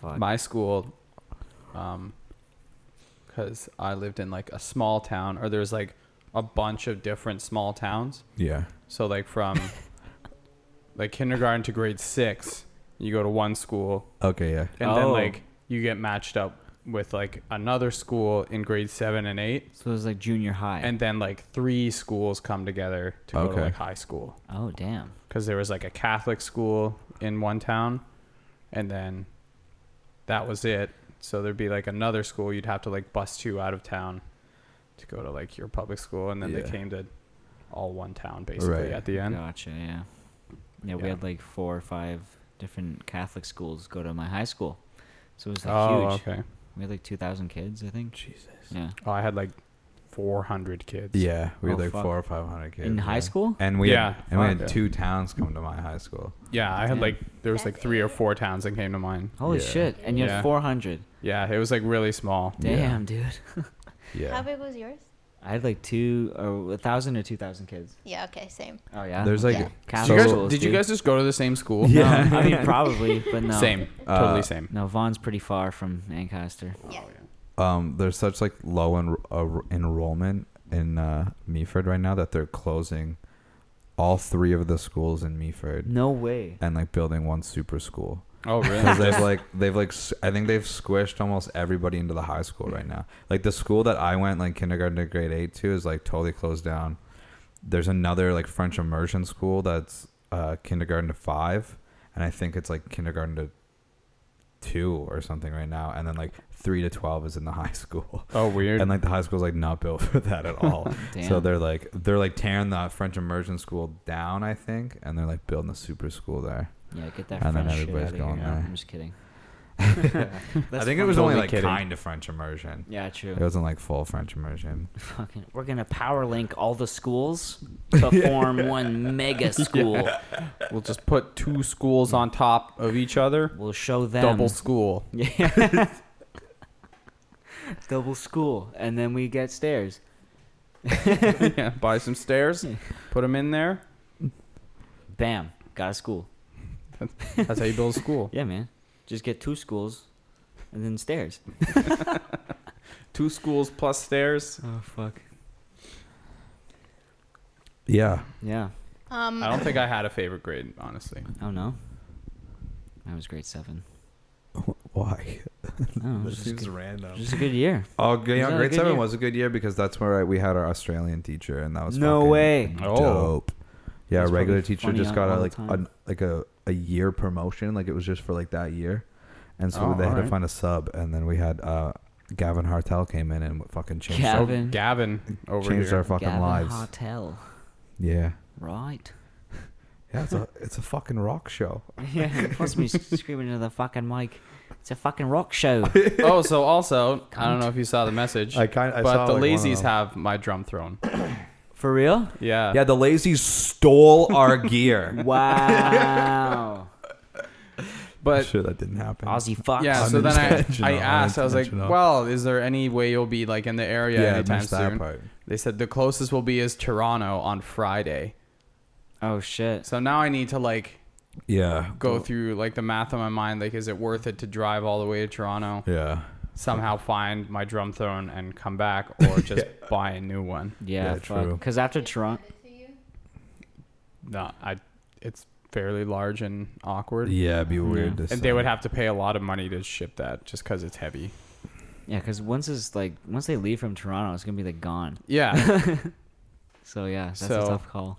A: Fuck.
C: my school um because i lived in like a small town or there's like a bunch of different small towns
B: yeah.
C: so like from like kindergarten to grade six you go to one school
B: Okay. Yeah.
C: and
A: Oh.
C: then like you get matched up with like another school in grade seven and eight
A: so it was like junior high.
C: and then like three schools come together to go
B: Okay.
C: to like high school
A: oh damn.
C: because there was like a Catholic school in one town, and then that was it. So there'd be like another school you'd have to like bus to out of town to go to like your public school, and then
B: Yeah.
C: they came to all one town basically
B: Right.
C: at the end.
A: Gotcha. Yeah. Yeah, we
C: Yeah.
A: had like four or five different Catholic schools go to my high school, so it was like
C: Oh,
A: huge.
C: okay.
A: We had like two thousand kids, I think.
B: Jesus.
A: Yeah.
C: Oh, I had like 400 kids.
B: Yeah. We had
A: Oh,
B: like
A: fuck.
B: four or five hundred kids
A: In high
B: yeah.
A: school.
B: And we
C: Yeah,
B: had, and we
C: fuck,
B: had
C: yeah.
B: two towns come to my high school.
C: Yeah, I had
A: Damn.
C: like there was like three or four towns that came to mind.
A: Holy
B: Yeah.
A: shit! And you had
C: Yeah.
A: four hundred.
C: Yeah, it was like really small.
B: Yeah.
A: Damn, dude.
B: Yeah.
E: How big was yours?
A: I had like two or a thousand or two thousand kids.
E: Yeah, okay, same.
A: Oh yeah.
B: There's like
E: Yeah.
C: Did
A: Catholic
C: you guys,
A: schools,
C: did you
A: dude.
C: guys just go to the same school?
A: No,
B: Yeah.
A: I mean probably, but no.
C: Same,
B: Uh,
C: totally same.
A: No, Vaughn's pretty far from Ancaster.
E: Yeah.
B: um, there's such like low en- uh, enrollment in uh, Meaford right now that they're closing all three of the schools in Meaford
A: No way.
B: and like building one super school.
C: Oh,
B: Because
C: really?
B: they've like they've like s- I think they've squished almost everybody into the high school right now. Like the school that I went like kindergarten to grade eight to is like totally closed down. There's another like French immersion school that's uh, kindergarten to five, and I think it's like kindergarten to two or something right now. And then like three to twelve is in the high school,
C: oh, weird.
B: and like the high school's like not built for that at all.
A: Damn.
B: So they're like they're like tearing the French immersion school down, I think, and they're like building a super school there.
A: yeah, get that
B: and then
A: French shit
B: everybody's
A: outta
B: going
A: here.
B: there.
A: I'm just kidding.
B: I
A: That's
B: think it
A: fun.
B: was only
C: Totally
B: like
C: kidding.
B: kind of French immersion.
A: Yeah, true.
B: It wasn't like full French immersion.
A: Fucking, we're gonna power link all the schools to form one mega school.
C: We'll just put two schools on top of each other.
A: We'll show them
C: Double school.
A: Yeah. Double school, and then we get stairs.
C: yeah, buy some stairs, put them in there.
A: Bam, got a school.
C: That's how you build a school.
A: Yeah, man. Just get two schools, and then stairs.
C: Two schools plus stairs.
A: Oh fuck.
B: Yeah.
A: Yeah.
E: Um,
C: I don't think I had a favorite grade, honestly.
A: Oh no. That was grade seven.
B: Why?
A: No, it was just, good, it was
B: random.
A: Hmm. just a good year.
B: Oh, g- yeah,
A: It was a
B: grade
A: good
B: seven
A: year.
B: was a good year because that's where I, we had our Australian teacher, and that was
A: No
B: fucking
A: way.
B: dope. Yeah,
A: Oh. That's
B: our regular
A: probably
B: teacher
A: funny
B: just
A: on-
B: got
A: all
B: a,
A: the
B: like
A: time.
B: a, like a, a year promotion, like it was just for like that year, and so
C: Oh,
B: they had to
C: alright.
B: find a sub, and then we had uh, Gavin Hartel came in and fucking changed our,
A: Gavin.
C: Gavin over
B: changed
C: here.
B: our fucking
A: Gavin
B: lives.
A: Hartel.
B: Yeah,
A: Right.
B: yeah, it's a it's a fucking rock show.
A: Yeah. What's me screaming into the fucking mic? It's a fucking rock show.
C: oh, so also, I don't know if you saw the message,
B: I kind I
C: but
B: saw,
C: the
B: like, one of
C: lazies
B: them.
C: have my drum thrown.
A: For real?
C: Yeah.
B: Yeah, the lazies stole our gear.
A: Wow.
C: But
B: sure that didn't happen.
A: Aussie Fox.
C: yeah, so then I,
B: Unintentional,
C: I asked, I was like,
B: unintentional.
C: well, is there any way you'll be like in the area
B: yeah, I
C: anytime
B: missed that
C: soon?
B: part.
C: They said the closest will be is Toronto on Friday.
A: Oh shit.
C: So now I need to like
B: Yeah,
C: go through like the math in my mind like is it worth it to drive all the way to toronto
B: yeah,
C: somehow find my drum throne and come back or just buy a new one
B: Yeah,
A: Yeah, fuck.
B: true.
A: Because after Toronto,
C: no i it's fairly large and awkward
B: yeah. It'd be weird.
A: Yeah.
B: to
C: and they would
B: say.
C: have to pay a lot of money to ship that just because it's heavy
A: Yeah, because once it's like once they leave from Toronto, it's gonna be like gone.
C: Yeah.
A: So yeah, that's a
C: So-
A: tough call.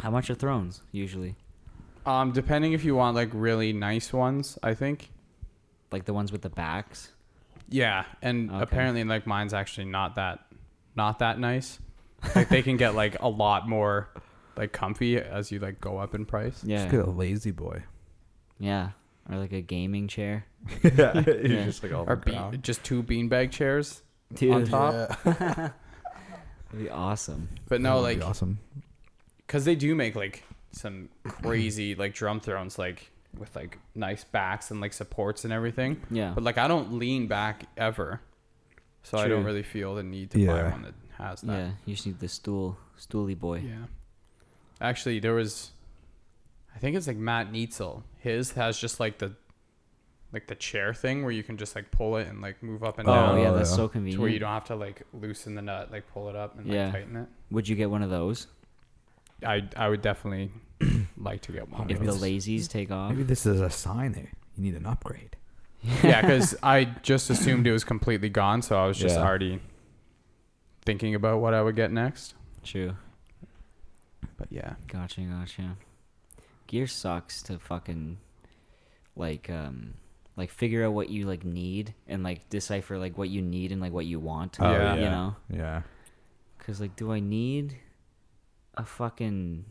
A: How much are thrones usually?
C: um, depending if you want like really nice ones, I think.
A: Like the ones with the backs?
C: Yeah, and
A: Okay.
C: apparently like mine's actually not that not that nice. Like they can get like a lot more like comfy as you like go up in price.
A: Yeah,
B: Just get a lazy boy.
A: yeah, or like a gaming chair.
B: yeah, you're
A: Yeah.
B: just like all
C: Or be-
B: brown.
C: just two beanbag chairs
A: Dude,
C: on top.
A: that'd be awesome.
C: But
B: That
C: no,
B: would be
C: like
B: awesome.
C: because they do make like some crazy like drum thrones like with like nice backs and like supports and everything.
A: Yeah.
C: But like I don't lean back ever, so I don't
A: True.
C: really feel the need to buy
B: Yeah.
C: one that has that.
A: Yeah, you just need the stool, stoolie boy.
C: Yeah. Actually, there was, I think it's like Matt Neitzel. His has just like the, like the chair thing where you can just like pull it and like move up and
A: Oh,
C: down.
A: yeah,
B: Oh,
A: that's
B: yeah.
A: so
C: To where you
A: convenient.
C: don't have to like loosen the nut, like pull it up and
A: Yeah.
C: like tighten it.
A: Would you get one of those
C: I I would definitely like to get one.
A: if
C: of
A: the
C: those.
A: lazies take
C: uh,
A: off?
B: Maybe this is a sign that you need an upgrade.
C: yeah, because I just assumed it was completely gone, so I was just
B: Yeah.
C: already thinking about what I would get next.
A: True.
C: But yeah,
A: Gotcha, gotcha. Gear sucks to fucking like um like figure out what you like need and like decipher like what you need and like what you want.
C: Oh, Yeah.
A: you know.
B: Yeah.
A: Cause like, do I need a fucking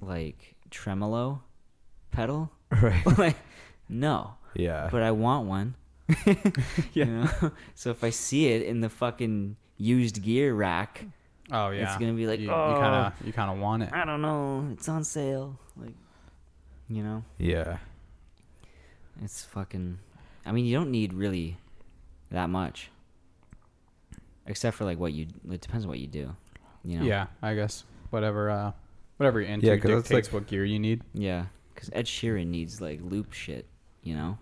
A: like tremolo pedal?
B: Right.
A: like, no.
C: Uh.
B: Yeah.
A: But I want one. yeah. So if I see it in the fucking used gear rack,
C: oh yeah,
A: gonna be like, "Oh,
C: you, you kind of you kind of want it.
A: I don't know. It's on sale. Like, you know,
B: yeah.
A: it's fucking. I mean, you don't need really that much, except for like what you. It depends on what you do. You know.
C: Yeah, I guess whatever. Uh, whatever you're into
B: 'cause it's
C: dictates
B: like-
C: what gear you need.
A: Yeah, because Ed Sheeran needs like loop shit, you know.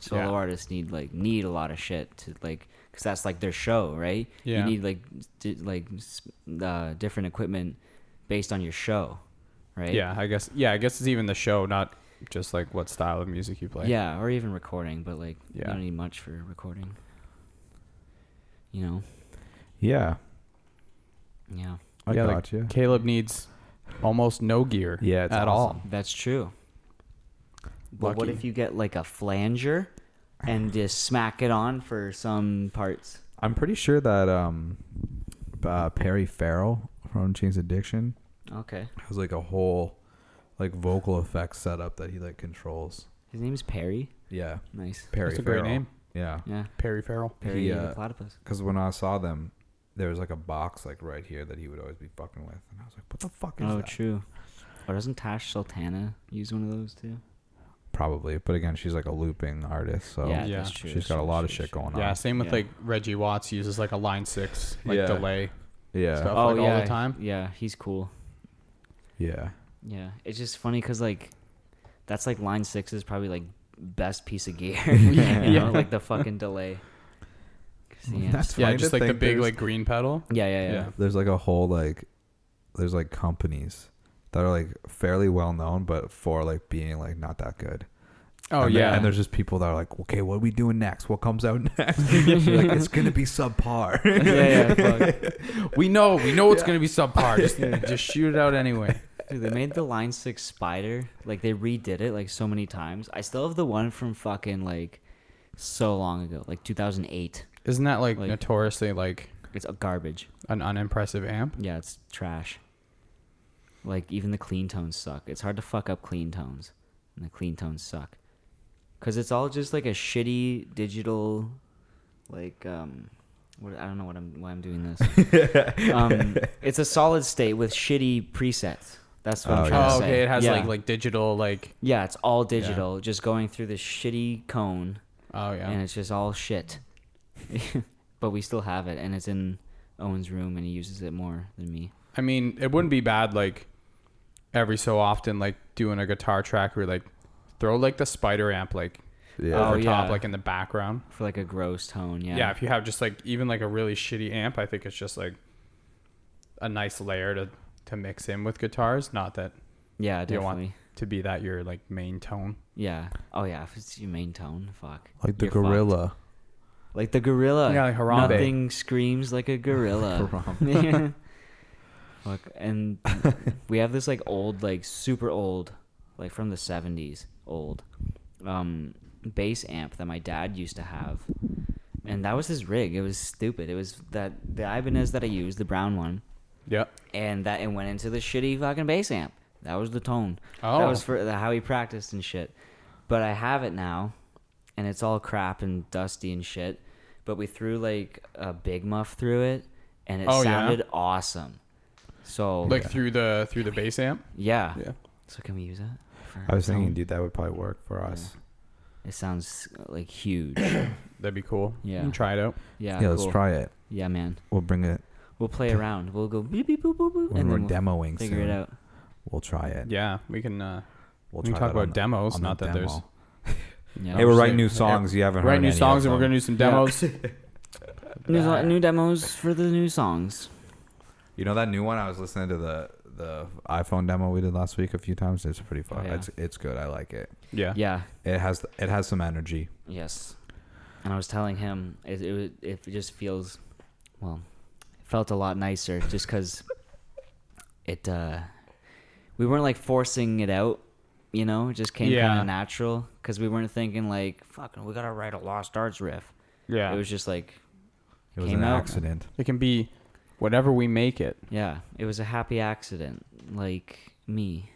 A: Solo
C: Yeah.
A: artists need like need a lot of shit to like, because that's like their show, right?
C: Yeah.
A: You need like d- like s- uh, different equipment based on your show, right?
C: Yeah, I guess. Yeah, I guess it's even the show, not just like what style of music you play.
A: Yeah, or even recording, but like you
C: Yeah.
A: don't need much for recording. You know.
B: Yeah.
A: Yeah.
B: I
C: Yeah, like,
B: got you.
C: Caleb needs almost no gear.
B: Yeah, it's
C: at all.
A: That's true. But what
C: Lucky.
A: if you get like a flanger and just smack it on for some parts?
B: I'm pretty sure that um, uh, Perry Farrell from Chains Addiction
A: Okay.
B: has like a whole like vocal effects setup that he like controls.
A: His name's Perry.
B: Yeah,
A: Nice.
B: Perry.
C: That's a great
B: Farrell.
C: name.
B: Yeah,
A: Yeah.
C: Perry Farrell.
A: Perry
B: He,
A: the
B: uh,
A: platypus.
B: because when I saw them, there was like a box like right here that he would always be fucking with, and I was like, "What the fuck is
A: Oh,
B: that?"
A: true. Or doesn't Tash Sultana use one of those too?
B: Probably, but again, she's like a looping artist, so
A: yeah,
C: yeah.
A: that's true.
B: she's got a
A: true,
B: lot of
A: true,
B: shit
A: true.
B: going
C: Yeah,
B: on.
C: same with
A: Yeah.
C: like Reggie Watts uses like a line six like
B: Yeah.
C: delay.
B: Yeah,
C: Stuff.
A: Oh
C: like, all
A: yeah,
C: the time.
A: yeah, he's cool.
B: yeah,
A: Yeah, it's just funny because like, that's like line six is probably like best piece of gear.
B: Yeah.
A: you know?
C: Yeah.
A: like the fucking delay. 'Cause the amps-
C: Yeah,
B: why I
C: just like the
B: think
C: big
B: there's-
C: like green pedal.
A: yeah, yeah, yeah,
C: Yeah.
B: there's like a whole like there's like companies that are like fairly well known but for like being like not that good
C: Oh
B: and there-
C: yeah,
B: and there's just people that are like okay what are we doing next what comes out next You're like it's gonna be subpar
A: yeah, yeah. fuck.
C: we know we know it's gonna be subpar. Just, just shoot it out anyway.
A: Dude, they made the Line Six Spider. Like they redid it like so many times. I still have the one from fucking like so long ago, like 2008.
C: Isn't that like,
A: Like-
C: notoriously like
A: It's a garbage.
C: an unimpressive amp?
A: Yeah, it's trash. Like even the clean tones suck. It's hard to fuck up clean tones, and the clean tones suck, cause it's all just like a shitty digital, like um, what I don't know what I'm why I'm doing this. um, it's a solid state with shitty presets. That's what
B: Oh,
A: I'm trying to
C: Oh,
A: say.
C: okay. It has
A: yeah.
C: like like digital like.
A: yeah, it's all digital, just going through this shitty cone,
C: Oh yeah.
A: and it's just all shit. but we still have it, and it's in Owen's room, and he uses it more than me.
C: I mean, it wouldn't be bad like every so often like doing a guitar track where like throw like the spider amp like
B: yeah
A: Oh,
C: over top
A: yeah.
C: like in the background.
A: for like a gross tone. Yeah.
C: Yeah. if you have just like even like a really shitty amp, I think it's just like a nice layer to to mix in with guitars, not that
A: yeah,
C: you don't
A: definitely.
C: want to be that your like main tone.
A: yeah. Oh yeah, if it's your main tone, fuck.
B: like the
A: You're fucked.
B: gorilla
A: Like the gorilla.
C: Yeah, like Harambe.
A: Nothing screams like a gorilla.
B: Harambe.
A: Look, and we have this like old, like super old, like from the seventies, old, um, bass amp that my dad used to have, and that was his rig. It was stupid. It was that the Ibanez that I used, the brown one,
C: Yep.
A: and that it went into the shitty fucking bass amp. That was the tone.
C: Oh.
A: That was for the, how he practiced and shit. But I have it now, and it's all crap and dusty and shit. But we threw like a big muff through it, and it
C: Oh, yeah?
A: sounded awesome. So
C: Like through the through the bass amp.
A: yeah.
C: Yeah.
A: So can we use that? for
B: I was
A: film?
B: thinking, dude, that would probably work for us.
A: It sounds like huge.
C: That'd be cool.
A: Yeah.
C: You can try it out.
A: Yeah.
B: Yeah, Ah, let's
A: cool.
B: try it.
A: Yeah, man.
B: We'll bring it
A: We'll play around. We'll go beep beep boop boop boop,
B: when
A: and
B: we're
A: then we'll
B: demoing
A: figure
B: soon.
A: it out.
B: We'll try it.
C: Yeah, we can. Uh,
B: We'll
C: We can
B: try
C: talk
B: that on
C: about
B: the-
C: demos,
B: on the
C: not that there's-
B: demo.
A: Yeah.
B: Hey, we're writing new
C: Obviously.
B: songs. You haven't
C: write
B: heard
C: new
B: any
C: songs
B: of
C: and we're gonna
B: them.
C: do some demos.
A: new, so- new demos for the new songs.
B: You know that new one? I was listening to the the iPhone demo we did last week a few times. It's pretty fun.
A: yeah.
B: It's it's good. I like it.
C: Yeah.
A: Yeah.
B: It has it has some energy.
A: Yes. And I was telling him it it, was- it just feels well, it felt a lot nicer just cuz it uh we weren't like forcing it out, you know? It just came kind
C: Yeah.
A: of natural cuz we weren't thinking like fucking we got to write a lost arts riff.
C: Yeah.
A: It was just like
B: It was
A: Came
B: an
A: out.
B: accident.
C: It can be whatever we make it.
A: yeah, it was a happy accident like me.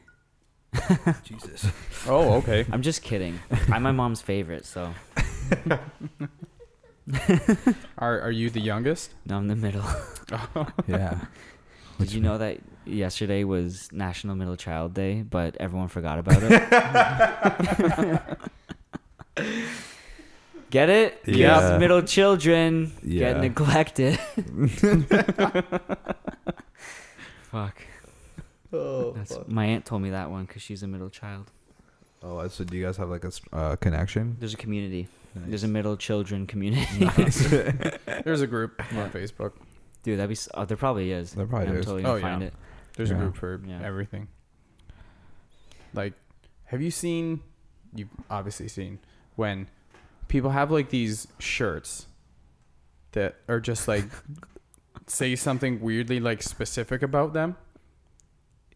B: Jesus.
C: Oh, okay.
A: I'm just kidding. I'm my mom's favorite, so
C: Are Are you the youngest?
A: no, I'm the middle.
B: Yeah.
A: Did you know that yesterday was National Middle Child Day, but everyone forgot about it? Get it?
B: Yeah.
A: Because Middle children
B: Yeah.
A: get neglected. fuck.
B: Oh,
A: That's, my aunt told me that one because she's a middle child.
B: I said. Oh, Do you guys have like a s- uh, connection?
A: There's a community.
B: Nice.
A: There's a middle children community.
C: There's a group on Facebook.
A: Dude, that'd be. s- Oh, there probably is.
B: There probably
A: I'm
B: is.
A: totally
C: Oh,
A: gonna
C: yeah.
A: find it.
C: There's a
B: Yeah.
C: group for
A: Yeah.
C: everything. Like, have you seen? You've obviously seen when people have like these shirts that are just like say something weirdly like specific about them.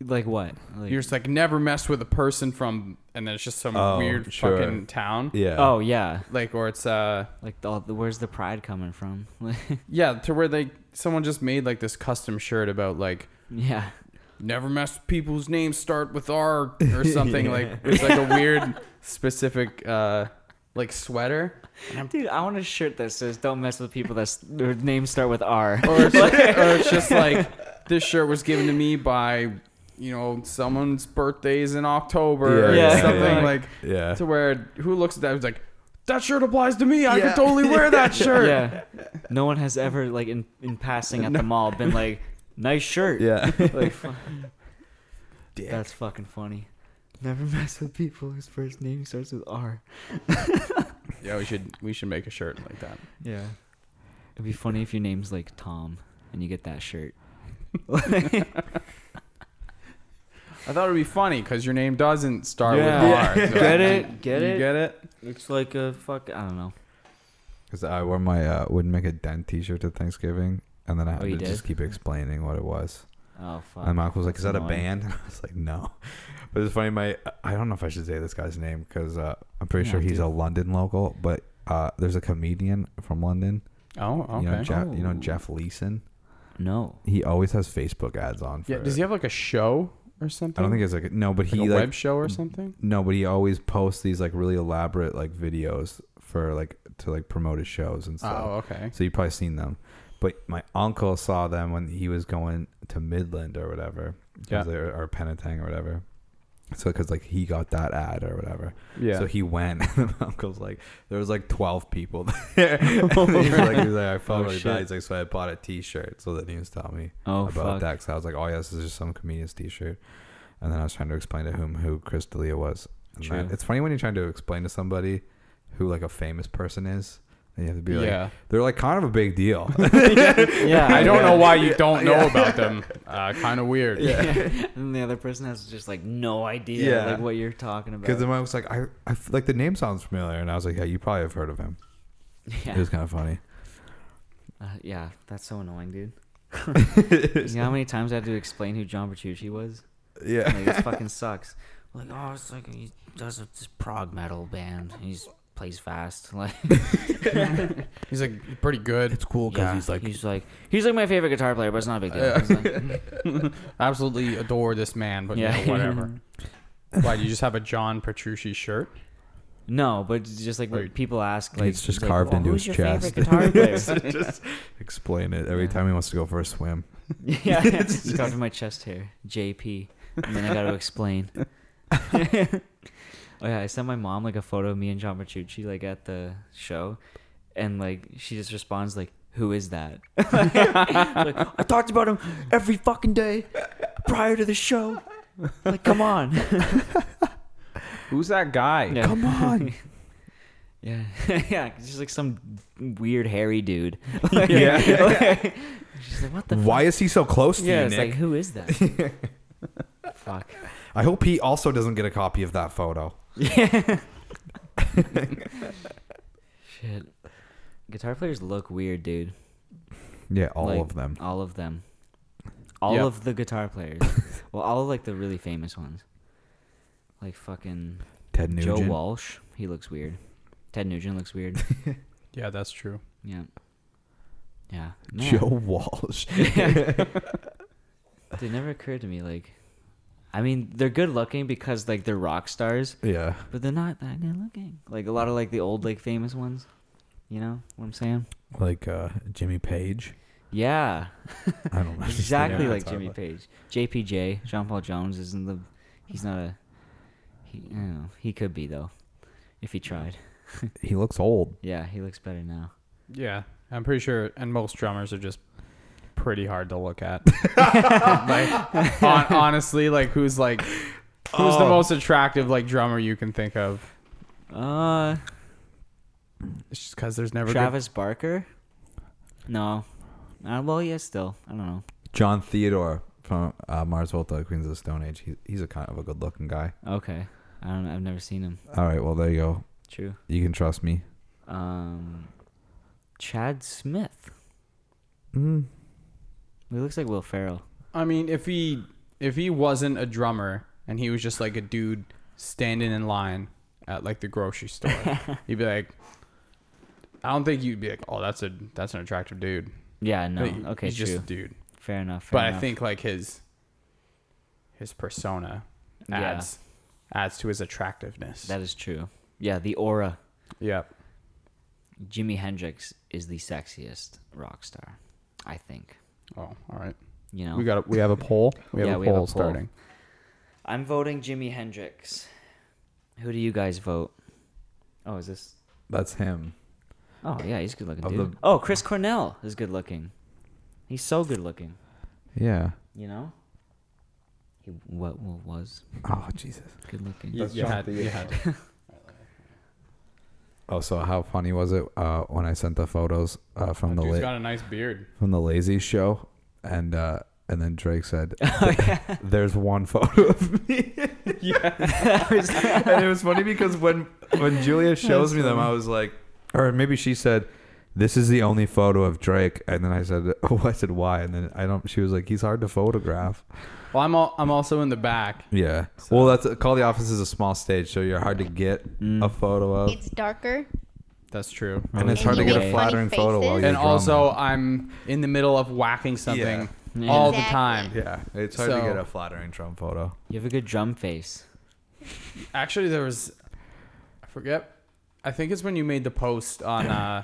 A: Like what? Like,
C: You're just like never mess with a person from, and then it's just some
B: Oh,
C: weird
B: sure.
C: fucking town.
B: Yeah.
A: oh yeah.
C: Like, or it's uh,
A: Like the, all the- where's the pride coming from?
C: yeah, to where they someone just made like this custom shirt about like
A: yeah.
C: never mess with people's names start with R or something like it's like a weird specific uh like sweater
A: Dude, I want a shirt that says "Don't mess with people that s- their names start with R."
C: or it's, or it's just like this shirt was given to me by you know someone's birthdays in October or
A: Yeah, yeah,
C: something
A: yeah.
C: like
B: Yeah.
C: to where who looks at that was like that shirt applies to me I
B: Yeah.
C: could totally wear that shirt
A: Yeah, no one has ever like in, in passing at the mall been like, "Nice shirt."
B: Yeah.
A: like, fu-
B: Dick.
A: that's fucking funny. Never mess with people whose first name starts with R.
C: yeah we should we should make a shirt like that
A: Yeah, it'd be funny if your name's like Tom and you get that shirt.
C: I thought it would be funny because your name doesn't start
A: Yeah.
C: with R so-
A: Get it? Get
C: you
A: it?
C: get it
A: It's like a fuck. I don't know.
B: Because I wore my uh, wouldn't make a dent T-shirt at Thanksgiving, and
C: Oh,
B: then I had
A: you
B: to just
A: did?
B: keep explaining what it was.
A: Oh fuck.
B: And Michael was like, "Is that a
A: Annoying.
B: band?" And I was like, "No." But it's funny. My I don't know if I should say this guy's name because uh, I'm pretty
A: Yeah,
B: sure he's
A: dude.
B: a London local. But uh, there's a comedian from London.
C: oh okay
B: You know, Jeff, you know
A: Oh.
B: Jeff Leeson.
A: no.
B: He always has Facebook ads on. For
C: Yeah, does he have like a show or
B: I
C: something?
B: don't think it's like a- no, but
C: like
B: he
C: a
B: like Mm.
C: web show or something.
B: no, but he always posts these like really elaborate like videos for like to like promote his shows and stuff.
C: oh, okay.
B: So you've probably seen them. But my uncle saw them when he was going to Midland or whatever, 'cause
C: Yeah.
B: they were- or Penetang or whatever. So because like he got that ad or whatever,
C: Yeah.
B: so he went. And my uncle's like, there was like twelve people there. And he's like, he's like, I felt
A: Oh,
B: really
A: shit.
B: bad. He's like, so I bought a T-shirt. So then he was telling me
A: Oh
B: about
A: fuck.
B: that. Because I was like, oh yeah, this is just some comedian's T-shirt. And then I was trying to explain to him who Chris D'Elia was. And
A: True.
B: that- it's funny when you're trying to explain to somebody who like a famous person is, and you have to be like,
C: yeah.
B: they're like kind of a big deal.
A: Yeah,
C: I don't know why you don't know about them. Uh, kind of weird.
A: and the other person has just like no idea
B: Yeah.
A: like what you're talking about.
B: Because then I was like, I, I f- like the name sounds familiar, and I was like, yeah, you probably have heard of him. It
A: Yeah.
B: was kind of funny.
A: Uh, yeah, that's so annoying, dude. you know how many times I had to explain who John Petrucci was?
B: Yeah.
A: Like, it fucking sucks. Like, oh, it's like he does a, this prog metal band. He plays fast. Like,
C: He's like pretty good.
B: It's cool because
A: yeah,
B: he's like,
A: he's like, he's like my favorite guitar player, but it's not a big deal. It's like-
C: Absolutely adore this man, but yeah,
A: Yeah.
C: whatever. Why do you just have a John Petrucci shirt?
A: no, but it's just like when
C: Wait.
A: people ask, like,
B: it's just
A: like,
B: carved
A: "Well,
B: into
A: who's
B: his
A: your
B: chest.
A: favorite guitar player?
B: just explain it every
A: Yeah.
B: time he wants to go for a swim.
A: yeah, it's carved in my chest hair, JP. And then I got to explain. oh yeah, I sent my mom like a photo of me and John Petrucci like at the show, and like she just responds like, "Who is that?" like I talked about him every fucking day prior to the show. Like, come on.
C: Who's that guy?
A: Yeah. Come on. Yeah, yeah, just like some weird hairy dude.
B: Yeah.
A: she's like, "What the?
B: Why
A: fuck?
B: is he so close to
A: Yeah,
B: you,
A: it's
B: Nick?
A: like, who is that? Fuck.
B: I hope he also doesn't get a copy of that photo.
A: Yeah. Shit. Guitar players look weird, dude.
B: Yeah, all
A: Like,
B: of them.
A: All of them. All
C: Yep.
A: of the guitar players. well, all of like the really famous ones. Like fucking
B: Ted Nugent.
A: Joe Walsh. He looks weird. Ted Nugent looks weird.
C: Yeah, that's true.
A: yeah. Yeah. Man,
B: Joe Walsh.
A: It never occurred to me like I mean, they're good looking because like they're rock stars,
B: yeah.
A: but they're not that good looking. Like a lot of like the old like famous ones. You know what I'm saying?
B: Like uh, Jimmy Page.
A: Yeah,
B: I don't know.
A: exactly
C: Yeah,
A: like
C: that's
A: Jimmy
C: hard,
A: Page. JPJ, Jean Paul Jones isn't the. He's not a. He, I don't know. He could be though, if he tried.
B: He looks old.
A: Yeah, he looks better now.
C: Yeah, I'm pretty sure. And most drummers are just pretty hard to look at. like, hon- honestly, like who's like who's the most attractive like drummer you can think of?
A: Uh,
C: It's just because there's never good-
A: Travis Barker. No, uh, well, yeah, still. I don't know.
B: John Theodore from uh, Mars Volta, Queens of the Stone Age. He, he's a kind of a good looking guy.
A: Okay, I don't. I've never seen him.
B: All right, well, there you go.
A: True.
B: You can trust me.
A: Um, Chad Smith.
B: Mm.
A: He looks like Will Ferrell.
C: I mean, if he if he wasn't a drummer and he was just like a dude standing in line at like the grocery store, you'd be like, I don't think you'd be like, oh, that's a that's an attractive dude.
A: Yeah. No.
C: Like,
A: Okay.
C: he's
A: True.
C: just a dude.
A: fair enough. Fair
C: but
A: enough.
C: I think like his his persona
A: Yeah.
C: adds adds to his attractiveness.
A: that is true. Yeah, the aura.
C: yep.
A: Jimi Hendrix is the sexiest rock star, I think.
C: Oh, all right.
A: You know,
C: We got a, we have a poll. We have
A: Yeah,
C: a
A: we
C: poll
A: have a poll.
C: starting.
A: I'm voting Jimi Hendrix. Who do you guys vote? Oh, is this?
B: That's him.
A: Oh yeah, he's good looking
B: Of
A: dude.
B: the-
A: Oh, Chris Cornell is good looking. He's so good looking.
B: Yeah.
A: You know, he what, what was
B: Oh, Jesus.
A: good looking.
C: You, you had, you had
B: Oh, so how funny was it uh, when I sent the photos uh, from the
C: Dude's
B: la-
C: got a nice beard.
B: from the Lazy Show, and uh, and then Drake said, "There's one photo of me." and it was funny because when when Julia shows me them, I was like, or maybe she said, "This is the only photo of Drake," and then I said, "Oh, I said why?" And then I don't. She was like, "He's hard to photograph."
C: Well, I'm all, I'm also in the back.
B: Yeah. Well, that's call the office is a small stage, so you're hard to get
C: Mm.
B: a photo
A: Oh.
B: of,
E: It's darker.
C: That's true.
B: and it's
A: And
B: hard to
A: you
B: get
A: make
B: a flattering
E: funny
B: photo while
E: faces.
B: you're
C: and also
B: drumming.
C: I'm in the middle of whacking something
A: Yeah.
C: all the
E: Exactly.
C: time.
B: Yeah, it's hard
C: So-
B: to get a flattering Trump photo.
A: You have a good drum face.
C: Actually, there was I forget. I think it's when you made the post on. uh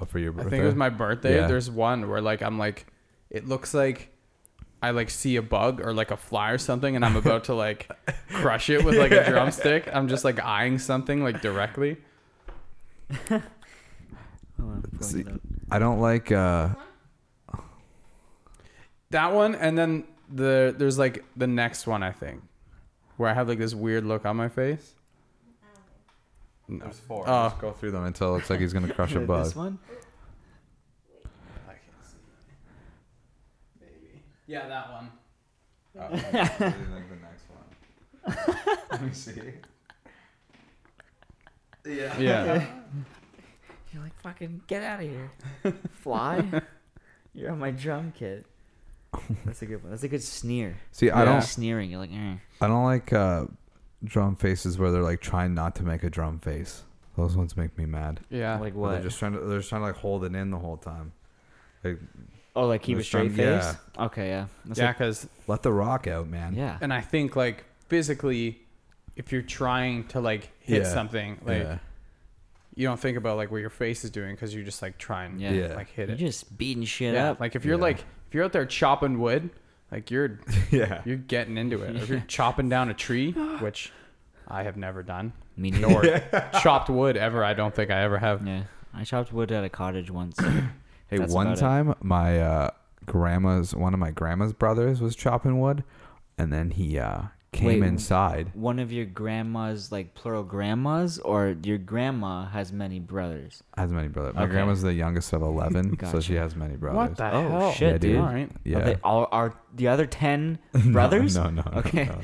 B: Oh, for your birthday.
C: I think it was my birthday.
B: Yeah.
C: There's one where like I'm like, it looks like. I like see a bug or like a fly or something, and I'm about to like crush it with like a drumstick. I'm just like eyeing something like directly.
B: See, I don't like. uh
C: That one, and then the there's like the next one I think, where I have like this weird look on my face. No.
B: There's four.
C: Oh.
B: Just go through them until it looks like he's gonna crush a bug.
A: This one?
C: Yeah, that one.
B: Uh, Let me see.
C: Yeah.
A: You're like, fucking get out of here. Fly. You're on my drum kit. That's a good one. That's a good sneer.
B: See, I
C: Yeah.
A: You're
B: don't
A: sneering. You're like, eh.
B: I don't like uh, drum faces where they're like trying not to make a drum face. Those ones make me mad.
C: Yeah.
A: like
B: Where
A: what?
B: They're just trying to they're just trying to like hold it in the whole time. Like
A: oh, like keep
B: they're
A: a straight
B: trying-
A: face. Okay, yeah. That's
C: yeah,
A: like-
C: because
B: let the rock out, man.
A: yeah.
C: and I think like physically, if you're trying to like hit
B: Yeah.
C: something, like
B: yeah.
C: you don't think about like what your face is doing because you're just like trying
A: Yeah.
C: to
B: Yeah.
C: like hit
A: You're
C: it.
A: just beating shit
C: yeah.
A: up.
C: Like if you're
B: Yeah.
C: like if you're out there chopping wood, like you're
B: yeah.
C: you're getting into it. Or if you're chopping down a tree, which I have never done,
A: Me neither.
C: nor chopped wood ever. I don't think I ever have.
A: Yeah. I chopped wood at a cottage once.
B: Hey,
A: That's
B: one
A: about it.
B: time my uh, grandma's one of my grandma's brothers was chopping wood, and then he uh, came
A: Wait.
B: inside.
A: One of your grandma's, like plural grandmas, or your grandma has many brothers.
B: Has many brothers. My
A: Okay.
B: grandma's the youngest of eleven, so she has many brothers.
C: What the
A: Oh,
C: hell?
A: shit,
B: Yeah, dude. dude.
C: All right.
B: Yeah.
A: Are, they, all are the other 10
B: No,
A: brothers?
B: No, no, no,
A: Okay.
B: no,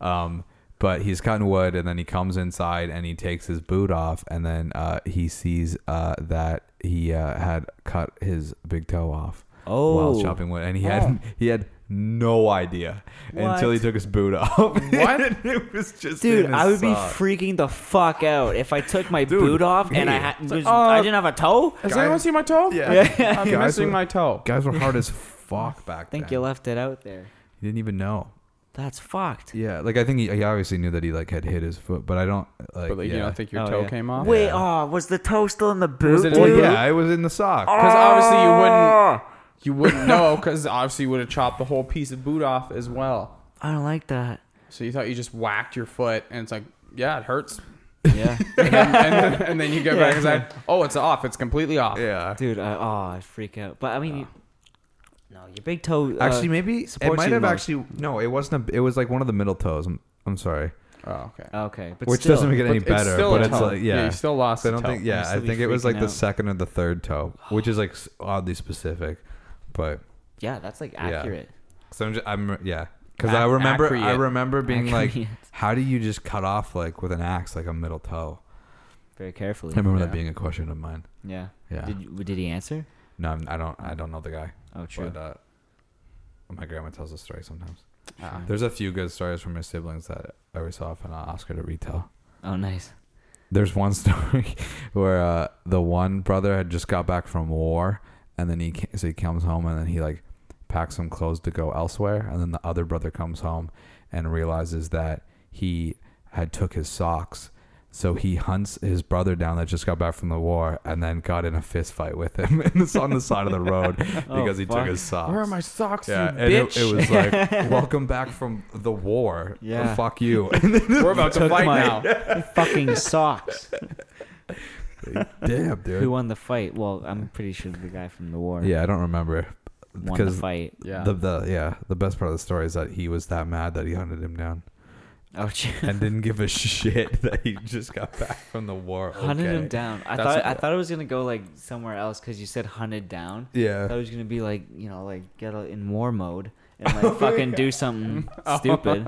B: no. Um, but he's cutting wood, and then he comes inside, and he takes his boot off, and then uh, he sees uh, that he uh, had cut his big toe off while
A: Oh.
B: chopping wood, and he had he had no idea until he
A: What?
B: took his boot off. What? it was just
A: Dude,
B: in his
A: I would be
B: sock.
A: freaking the fuck out if I took my
B: Dude,
A: boot off and I
B: yeah.
A: had was-
C: uh,
A: I didn't have a toe.
C: Has
B: Guy-
C: anyone seen my toe?
B: Yeah.
C: I'm
B: Guys
C: missing
B: with-
C: my toe.
B: guys were hard as fuck back
A: I think
B: then.
A: you left it out there.
B: He didn't even know.
A: That's fucked.
B: Yeah, like I think he, he obviously knew that he like had hit his foot, but I don't like.
C: But like,
B: yeah.
C: you don't think your
A: Oh,
C: toe
A: yeah.
C: came off?
A: Wait,
B: Yeah.
A: oh, was the toe still in the boot?
C: it in
B: Well,
A: dude? Oh,
C: the
B: yeah, it was in the sock.
C: Because obviously you wouldn't. You wouldn't know because obviously you would have chopped the whole piece of boot off as well.
A: I don't like that.
C: So you thought you just whacked your foot, and it's like, yeah, it hurts.
A: Yeah,
C: And then, and then, and then you go back and say, oh, it's off. It's completely off.
B: Yeah.
A: dude. I, oh, I freak out. But I mean, you- no, your big toe. uh,
B: Actually, maybe it
A: supports you
B: might
A: the
B: have
A: most.
B: actually. No, it wasn't. A, it was like one of the middle toes. I'm, I'm sorry,
C: Oh, okay.
A: Okay, but
B: which
A: still,
B: doesn't make it any
C: But it's
B: better.
C: still
B: but
C: a
B: it's
C: toe.
B: like
C: Yeah,
B: yeah,
C: you still lost
B: So I
C: a
B: don't
C: toe.
B: think.
A: You'd
B: Yeah, I
A: still be
B: think it was like
A: freaking
B: the
A: out.
B: second or the third toe, which is like s- oddly specific. But
A: Yeah, that's like accurate.
B: so I'm, just, I'm yeah, because
C: Ac-
B: I remember I
C: accurate.
B: remember being like,
A: Accurate.
B: how do you just cut off like with an axe like a middle toe?
A: Very
B: I
A: carefully.
B: remember
C: Yeah.
B: that being a question of mine.
A: Yeah.
B: Yeah.
A: Did you- did he answer?
B: No, I'm, I don't. I don't know the guy.
A: Oh, true.
B: But uh, my grandma tells the story sometimes.
C: Ah.
B: There's a few good stories from my siblings that every so often I'll ask her uh, to retell.
A: oh, nice.
B: There's one story where uh, the one brother had just got back from war, and then he ca- so he comes home and then he like packs some clothes to go elsewhere, and then the other brother comes home and realizes that he had took his socks. So he hunts his brother down that just got back from the war, and then got in a fist fight with him, and it's on the side of the road because he took
A: fuck.
B: his socks.
C: Oh, Where are my socks,
B: Yeah,
C: you
B: and
C: bitch?
B: it, it was like, welcome back from the war.
A: Yeah.
B: fuck you,
C: We're about to
A: Took
C: fight
A: my
C: now.
A: fucking socks.
B: Damn, dude.
A: Who won the fight? Well, I'm pretty sure the guy from the war
B: Yeah, I don't remember
A: won the
B: because
A: fight.
C: Yeah. Oh,
B: the the yeah the best part of the story is that he was that mad that he hunted him down
A: Oh, shit.
B: and didn't give a shit that he just got back from the war.
A: hunted
B: okay.
A: him down. I
C: That's-
A: thought I thought it was gonna go like somewhere else because you said hunted down. I thought it
B: Yeah,
A: was gonna be like you know like get a, in war mode and
B: Oh
A: like fucking do something stupid.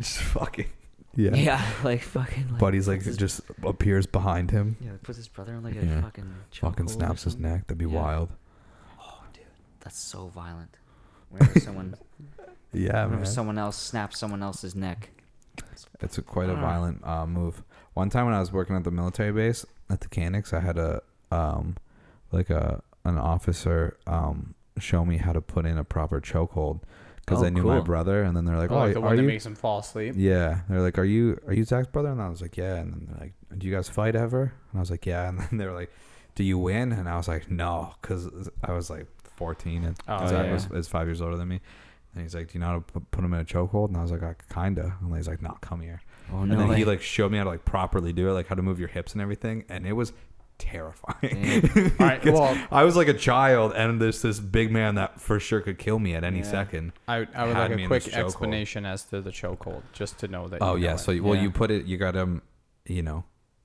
B: just fucking Oh. yeah.
A: Yeah. like fucking. Like,
B: But he's like
A: puts his-
B: just appears behind him,
A: yeah, like, puts his brother in like a
B: Yeah.
A: fucking
B: fucking
A: chokehold or
B: snaps his
A: something.
B: neck. That'd be
A: Yeah.
B: wild.
A: That's so violent. Whenever someone
B: Yeah,
A: whenever
B: man.
A: someone else snaps someone else's neck.
B: It's a, quite a
C: Hmm.
A: Ah.
B: violent uh, move. One time when I was working at the military base at the Canix, I had a um, like a an officer um, show me how to put in a proper chokehold because
A: Oh,
B: I knew my
A: cool.
B: brother, and then they're like,
C: Oh,
B: "Oh,
C: like the
B: are
C: one that
B: you?"
C: makes him fall asleep.
B: yeah, they're like, "Are you are you Zach's brother?" And I was like, "Yeah." And then they're like, "Do you guys fight ever?" And I was like, "Yeah." And then they were like, "Do you win?" And I was like, "No," because I was like 14 and
C: Oh,
B: Zach
A: yeah.
B: was is five years older than me. And he's like, "Do you know how to pu- put him in a chokehold?" And I was like, "I "Kinda." And he's like, "No, come here."
A: Oh
B: And
A: no!
B: then
A: way.
B: he like showed me how to like properly do it, like how to move your hips and everything, and it was terrifying.
A: Damn.
C: All right.
B: 'Cause
C: Well,
B: I was like a child, and there's this big man that for sure could kill me at any
A: Yeah.
B: second.
C: I, I would
B: Had
C: like
B: me
C: a
B: in
C: quick
B: this chokehold.
C: explanation as to the chokehold, just to know that.
B: Oh
C: you know
B: yeah,
C: it.
B: so well
A: Yeah.
B: you put it, you got him, you know,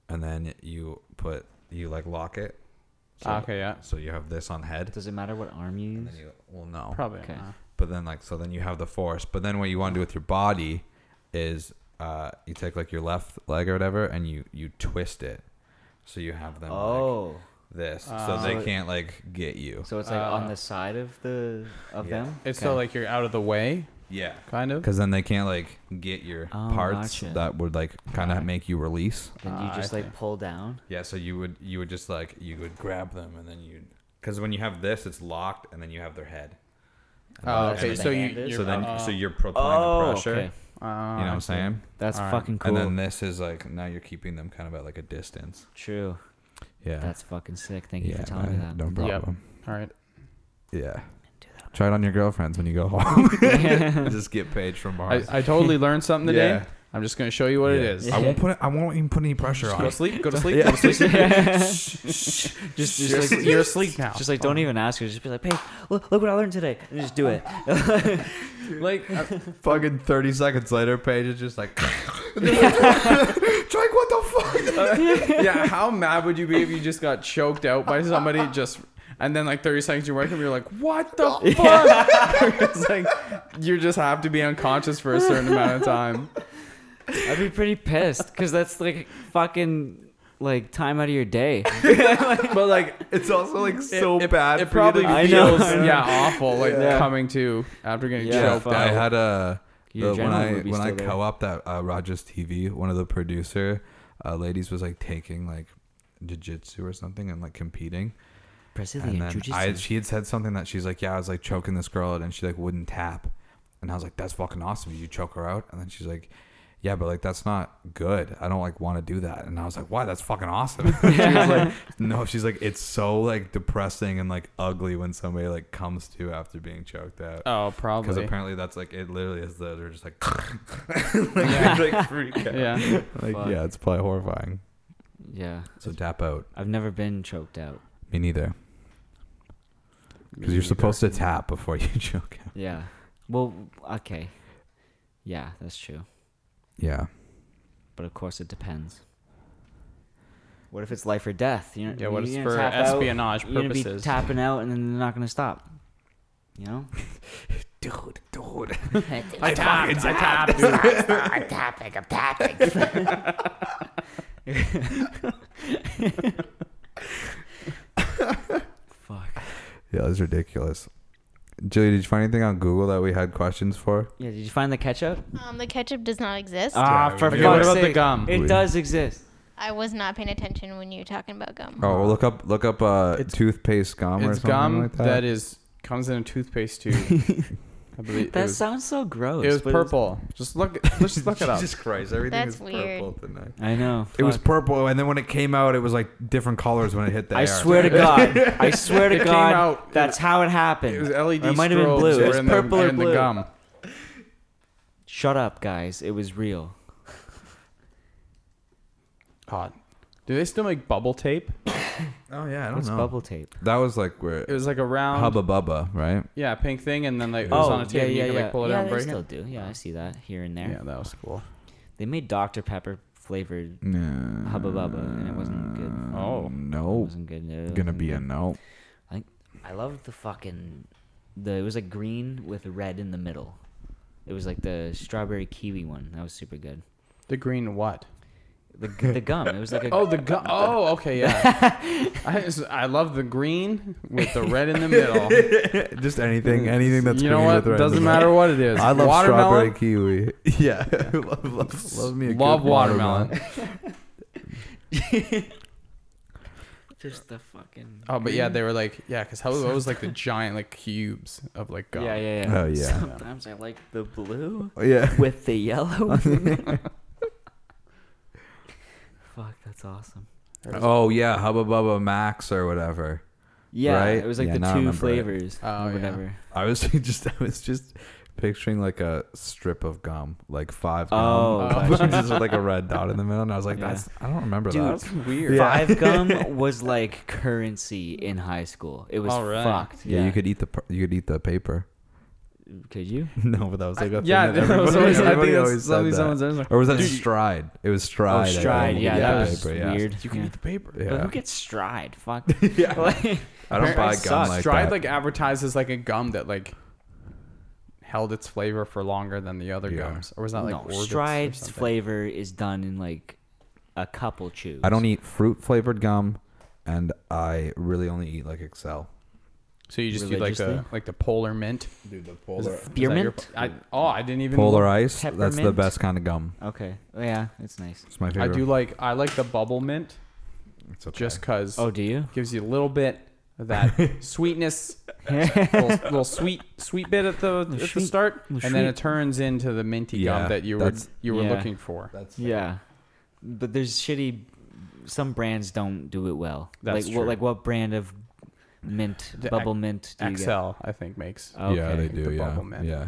B: and then you put you like lock it. So,
C: Ah, okay, yeah,
B: So you have this on head.
A: Does it matter what arm you
B: And
A: use?
B: then you, well, no.
C: probably.
A: Okay.
C: not.
B: But then like so then you have the force. But then what you want to do with your body is uh you take like your left leg or whatever and you you twist it. so you have them like
A: Oh,
B: this,
C: Uh,
B: so they
A: So-
B: can't like get you.
A: so it's like
C: Uh,
A: on the side of the of
B: yeah.
A: them.
C: It's
A: Okay.
C: so like you're out of the way,
B: Yeah,
C: kind of.
B: because then they can't like get your
A: Oh,
B: parts
A: gotcha.
B: that would like kind of make you release.
A: then you
C: Ah, I
A: just like
C: see.
A: pull down.
B: Yeah, so you would you would just like you would grab them and then you'd because when you have this, it's locked, and then you have their head. And
C: Oh,
B: then-
C: okay.
B: and
C: So
B: then-
C: you,
A: So Oh.
C: you're,
B: so then
C: uh,
B: so you're applying the pressure. You know what I'm saying?
A: That's
C: Alright.
A: fucking Ah, cool.
B: And then this is like now you're keeping them kind of at like a distance.
A: True.
B: Yeah.
A: That's fucking sick. Thank you for telling me that.
B: No problem.
C: problem. All right.
B: Yeah. Try it on your girlfriends when you go home. Just get paged from
C: I,
B: Mars.
C: I totally learned something today.
B: Yeah.
C: I'm just gonna show you what it
B: Yeah.
C: is.
B: I won't put. It, I won't even put any pressure
C: Just
B: on.
C: go to
B: it.
C: sleep. Go to sleep. Go to sleep.
A: Just,
C: You're,
A: just like,
C: you're asleep now.
A: just like, don't even ask her. Just be like, hey, look, look what I learned today, and just do it.
C: like uh,
B: Fucking thirty seconds later, Paige is just like, Drake, what the fuck?
C: yeah. How mad would you be if you just got choked out by somebody just and then like 30 seconds you wake up you're like what the fuck? it's like you just have to be unconscious for a certain amount of time.
A: I'd be pretty pissed because that's like fucking like time out of your day.
B: But like, it's also like so
C: it, it-
B: bad.
C: It probably
A: I
C: feels
A: know, I know.
C: yeah awful like
A: Yeah.
C: coming to after getting
A: Yeah,
C: choked
A: fuck.
B: I
C: out.
B: had a
A: Your
B: uh, when
A: adrenaline
B: I
A: would be
B: when I
A: still there.
B: co-op that uh, Rogers TV, one of the producer uh, ladies was like taking like jiu-jitsu or something and like competing and
A: Brazilian
B: then
A: jujitsu.
B: I, she had said something that she's like yeah i was like choking this girl out and she like wouldn't tap and i was like that's fucking awesome Did you choke her out and then she's like yeah but like that's not good i don't like want to do that and i was like why that's fucking awesome she was like no she's like it's so like depressing and like ugly when somebody like comes to after being choked out
C: oh
B: because
C: probably
B: apparently that's like it literally is that they're just like,
C: Yeah.
B: like freak out.
C: yeah.
B: Like,
A: Fuck.
B: yeah, it's probably horrifying.
A: yeah,
B: So tap out.
A: I've never been choked out.
B: Me neither. Because you're supposed to tap before you choke out.
A: Yeah. Well, okay. Yeah, that's true.
B: Yeah.
A: But of course, it depends. What if it's life or death? You're,
C: Yeah, what
A: you're
C: is
A: gonna
C: for
A: tap out,
C: espionage
A: You're gonna be
C: purposes?
A: tapping out, and then they're not gonna stop. You know?
B: Dude, dude.
C: I tapped. I tapped.
D: I'm tapping, I'm tapping.
A: Fuck.
B: Yeah, that's ridiculous. Julie, did you find anything on Google that we had questions for?
A: Yeah. Did you find the ketchup?
E: Um, the ketchup does not exist.
A: Ah,
B: we
A: for
B: did. Okay,
A: fuck's
B: what
C: about the
A: sake.
C: gum?
A: It
B: We-
A: does exist.
E: I was not paying attention when you were talking about gum.
B: Oh, well, look up look up uh,
C: It's-
B: toothpaste gum or
C: It's
B: something
C: gum
B: like that.
C: that is comes in a toothpaste tube. I believe
A: That
C: it was,
A: sounds so gross.
C: it was
A: but
C: purple. Just look. Let's look it up.
B: Jesus Christ, everything
E: That's
B: is
E: weird.
B: purple tonight.
A: I know.
B: It was
A: fuck.
B: purple, and then when it came out, it was like different colors when it hit the
A: I
B: air.
A: swear to God. I swear
C: It
A: to
C: came
A: God.
C: out-
A: that's how it happened.
C: It was LED.
A: Or it might have been
C: strobes
A: blue.
C: were
A: It was
C: in the-
A: purple or
C: in
A: blue.
C: the gum.
A: Shut up, guys. It was real.
C: Hot. Do they still make bubble tape?
B: Oh yeah, I don't
A: What's
B: know.
A: bubble tape?
B: That was like where
C: It was like a round,
B: Hubba Bubba, right?
C: yeah, pink thing, and then like it was
A: Oh,
C: on a
A: yeah,
C: tape.
A: yeah,
C: and you could,
A: yeah.
C: like, pull it
A: yeah,
C: out and
A: they
C: break
A: still
C: it.
A: do. Yeah, I see that here and there.
C: Yeah, that was cool.
A: They made Dr. Pepper flavored
B: Yeah.
A: Hubba Bubba, and it wasn't good.
C: Oh.
A: It
B: Uh, no,
A: wasn't good. no, it
B: gonna
A: wasn't
B: be a
A: good.
B: no.
A: I loved the fucking. The it was like green with red in the middle. It was like the strawberry kiwi one. That was super good.
C: The green what?
A: The, g- the gum. It was like a.
C: Oh, the gum. Oh, okay, yeah. I, just- I love the green with the red in the middle.
B: Just anything, anything that's
C: you know
B: green
C: what?
B: with red in
C: Doesn't
B: the
C: matter
B: middle.
C: what it is.
B: I love
C: watermelon.
B: strawberry kiwi. Yeah, love, love, love me a
C: Love
B: good
C: watermelon.
A: Just the fucking.
C: Oh, but yeah, they were like, yeah, because Hubba was like the giant like cubes of like gum.
A: Yeah, yeah, yeah.
B: Oh, yeah.
A: Sometimes I like the blue
B: Yeah,
A: with the yellow. Fuck, that's awesome.
B: Oh yeah, Hubba Bubba Max or whatever.
A: Yeah,
B: Right?
A: it was like
B: Yeah, now I
A: the two
B: remember it.
A: flavors
C: Oh,
A: or
C: yeah.
A: whatever.
B: I was just, I was just picturing like a strip of gum, like five. Gum.
A: Oh,
C: gotcha.
B: just with like a red dot in the middle, and I was like,
A: Yeah.
B: "That's I don't remember
A: Dude,
B: that."
C: weird.
B: Yeah.
A: Five gum was like currency in high school. It was
C: All right.
A: fucked.
B: Yeah, you could eat the par- you could eat the paper.
A: Could you?
B: No, but that was like a thing
C: Yeah,
B: that
C: that was
B: everybody-
C: always, I
B: everybody
C: think
B: always
C: that's
B: said
C: something
B: that.
C: someone says. like,
B: Or was that
C: Dude,
B: stride? It was stride. I
A: oh,
B: think.
A: stride. Yeah,
C: Yeah,
A: that was
B: paper, yeah.
A: weird.
C: You can
A: yeah.
C: eat the paper.
B: Yeah.
A: But who gets stride? Fuck. Like-
B: I don't buy
C: Apparently
B: gum
A: sucks.
B: like
C: Stride
B: that.
C: like advertises like a gum that like held its flavor for longer than the other
B: Yeah.
C: gums, or was that like
A: no,
C: Orbitz or
A: stride's
C: something?
A: flavor is done in like a couple chews.
B: I don't e- eat fruit flavored gum, and I really only eat like Excel.
C: So you just do like the
A: Religiously?
C: like the polar mint.
B: Dude, the
C: Is it-
B: polar
C: is that
A: Spearmint?
C: your- I, oh, I didn't even.
B: polar ice. That's the
A: Peppermint?
B: best kind of gum.
A: Okay. Oh, yeah, it's nice.
B: It's my favorite.
C: I do like I like the bubble mint
B: It's okay.
C: just cause
A: Oh, do you?
C: gives you a little bit of that sweetness, little, little sweet sweet bit at the at the
A: sweet,
C: start, and
A: little
C: then
A: sweet.
C: it turns into the minty
B: Yeah,
C: gum that you were
B: that's-
C: you were
A: Yeah.
C: looking for.
B: That's
A: Yeah, but there's shitty. Some brands don't do it well.
C: That's
A: like
C: true.
A: what? Like what brand of mint
C: The
A: bubble mint? Do you get?
C: XL I think makes.
A: Okay.
B: Yeah, they do.
C: The
B: yeah,
C: bubble mint.
B: yeah.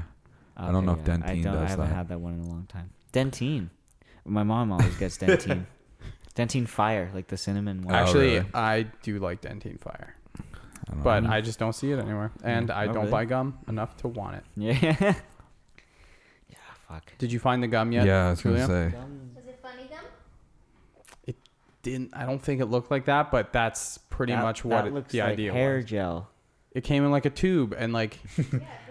B: I don't know if
A: I
B: Dentine
A: don't- I
B: does
A: haven't
B: that.
A: had that one in a long time. Dentine. My mom always gets Dentine. Dentine Fire, like the cinnamon one.
B: Oh,
C: Actually,
B: really? Oh,
C: I do like Dentine Fire,
B: I don't
C: but
B: know.
C: I just don't see it anywhere, and I
A: oh,
C: don't
A: really?
C: buy gum enough to want it.
A: Yeah. yeah. Fuck.
C: Did you find the gum
B: yeah,
C: yet?
B: I was gonna
C: Julia?
B: say.
E: Was it funny gum?
C: Didn't I don't think it looked like that, but that's pretty
A: That-
C: much what
A: that
C: it,
A: looks
C: the
A: like
C: idea
A: hair
C: was.
A: gel.
C: It came in like a tube, and like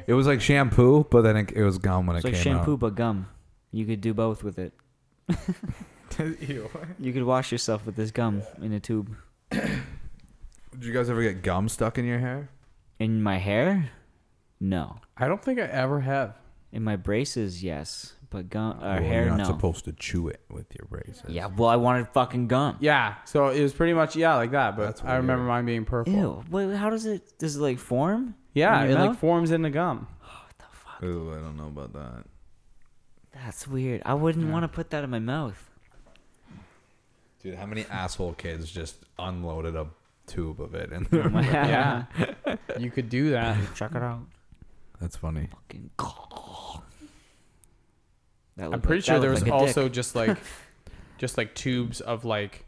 B: It was like shampoo, but then it, it was gum when
A: It's
B: it
A: like
B: came
A: shampoo
B: out.
A: but gum. You could do both with it.
C: ew.
A: You could wash yourself with this gum in a tube.
B: Did you guys ever get gum stuck in your hair?
A: In my hair? No.
C: I don't think I ever have.
A: In my braces, yes. But gum or
C: Uh,
B: well,
A: hair
B: you're not
A: no.
B: supposed to chew it with your braces.
A: yeah, well I wanted fucking gum.
C: Yeah, so it was pretty much yeah like that, but
B: That's
C: I remember mine being purple.
A: Ew. Wait, how does it does it like form?
C: Yeah,
A: In
C: it
A: your
C: like
A: mouth?
C: forms into gum.
B: Ooh, I don't know about that.
A: That's weird. I wouldn't want to put that in my mouth.
B: Dude, how many asshole kids just unloaded a tube of it?
C: Oh
B: And
C: Yeah, you could do that.
A: Check it out.
B: that's funny.
A: Fucking That
C: I'm
A: looked
C: pretty
A: like-
C: sure
A: that
C: there
A: looked like
C: was
A: a dick.
C: also just like, just like tubes of like,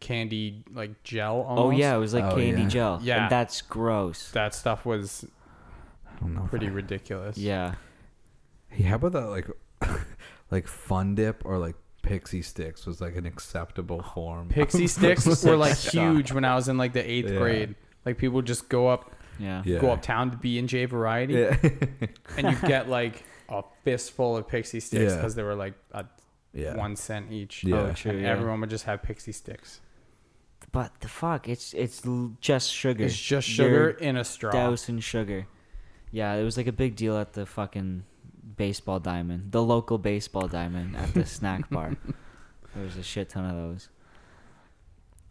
C: candy like gel.
A: Oh
C: Almost.
A: yeah, it was like
B: Oh,
A: candy
B: yeah.
A: gel.
C: Yeah.
A: and that's gross.
C: that stuff was
B: I don't know. if
C: pretty
B: I-
C: ridiculous.
A: yeah,
B: Hey, how about that? Like, like Fun Dip or like Pixie Sticks was like an acceptable form.
C: Pixie sticks were like huge when I was in like the eighth
B: Yeah.
C: grade. Like people would just go up,
A: yeah,
B: Yeah.
C: go uptown to B and J Variety,
B: Yeah.
C: and you get like a fistful of pixie sticks
B: Yeah.
C: because they were like a
B: yeah.
C: one cent each.
B: Yeah.
A: Oh, true,
C: and
A: yeah.
C: everyone would just have pixie sticks.
A: But the fuck, it's it's l- just sugar.
C: It's just
A: You're
C: sugar in a straw.
A: doused in sugar. Yeah, it was like a big deal at the fucking baseball diamond, the local baseball diamond at the snack bar. There was a shit ton of those.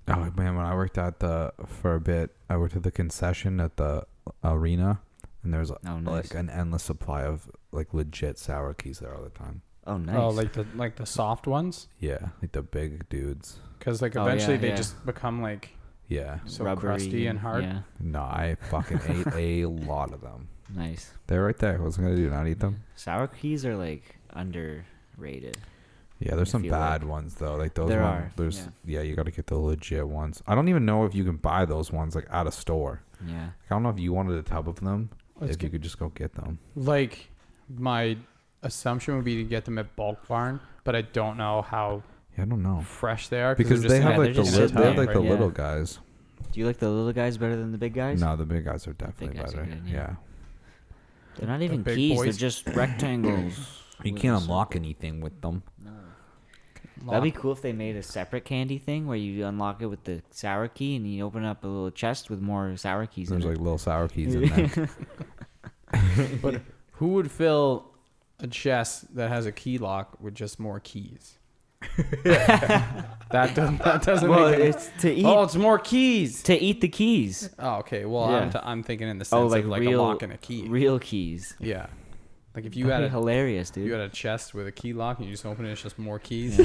B: Oh man, when I worked at the for a bit, I worked at the concession at the arena, and there was
A: Oh, nice.
B: like an endless supply of like legit sour keys there all the time.
A: Oh, nice.
C: Oh, like the like the soft ones,
B: Yeah, like the big dudes.
C: because like
A: Oh,
C: eventually
A: yeah,
C: they
A: yeah.
C: just become like
B: Yeah,
C: so crusty and hard.
A: Yeah,
B: no, I fucking ate a lot of them.
A: nice.
B: They're right there. What's I gonna do? Not eat them?
A: Sour keys are like underrated.
B: Yeah, there's
A: I
B: some
A: feel
B: bad
A: like-
B: ones though. Like those
A: There
B: one-
A: are,
B: There's yeah.
A: yeah.
B: you got to get the legit ones. I don't even know if you can buy those ones like out of store.
A: Yeah.
B: Like, I don't know if you wanted a tub of them.
C: Let's
B: if you
C: get-
B: could just go get them.
C: Like my assumption would be to get them at bulk barn, but I don't know how
B: Yeah, I don't know
C: fresh they are
B: Oh. because
C: they're just
B: they
C: in
B: have
C: a-
A: yeah,
B: like the
A: they're
C: just
B: li-
C: in a
B: they have
C: tub,
B: like the
A: right?
B: little
A: Yeah.
B: guys.
A: Do you like the little guys better than the big guys?
B: No, the big guys are definitely
A: guys are
B: better.
A: good,
B: yeah.
A: yeah. They're not even
C: big
A: keys. They're
C: boys.
A: just rectangles. with a circle.
B: anything with them.
A: That'd be cool if they made a separate candy thing where you unlock it with the sour key and you open up a little chest with more sour keys.
B: There's
A: in
B: like
A: it.
B: little sour keys in there.
C: But who would fill a chest that has a key lock with just more keys? that doesn't that doesn't
A: well,
C: make any-
A: it's to eat
C: Oh, it's more keys.
A: to eat the keys.
C: Oh, okay. Well, I'm,
A: Yeah.
C: t- I'm thinking in the sense
A: Oh, like,
C: of like
A: real
C: a lock and a key.
A: Real keys.
C: yeah. Like if you
A: You had
C: had a
A: hilarious,
C: you
A: dude.
C: had a chest with a key lock and you just open it, it's just more keys.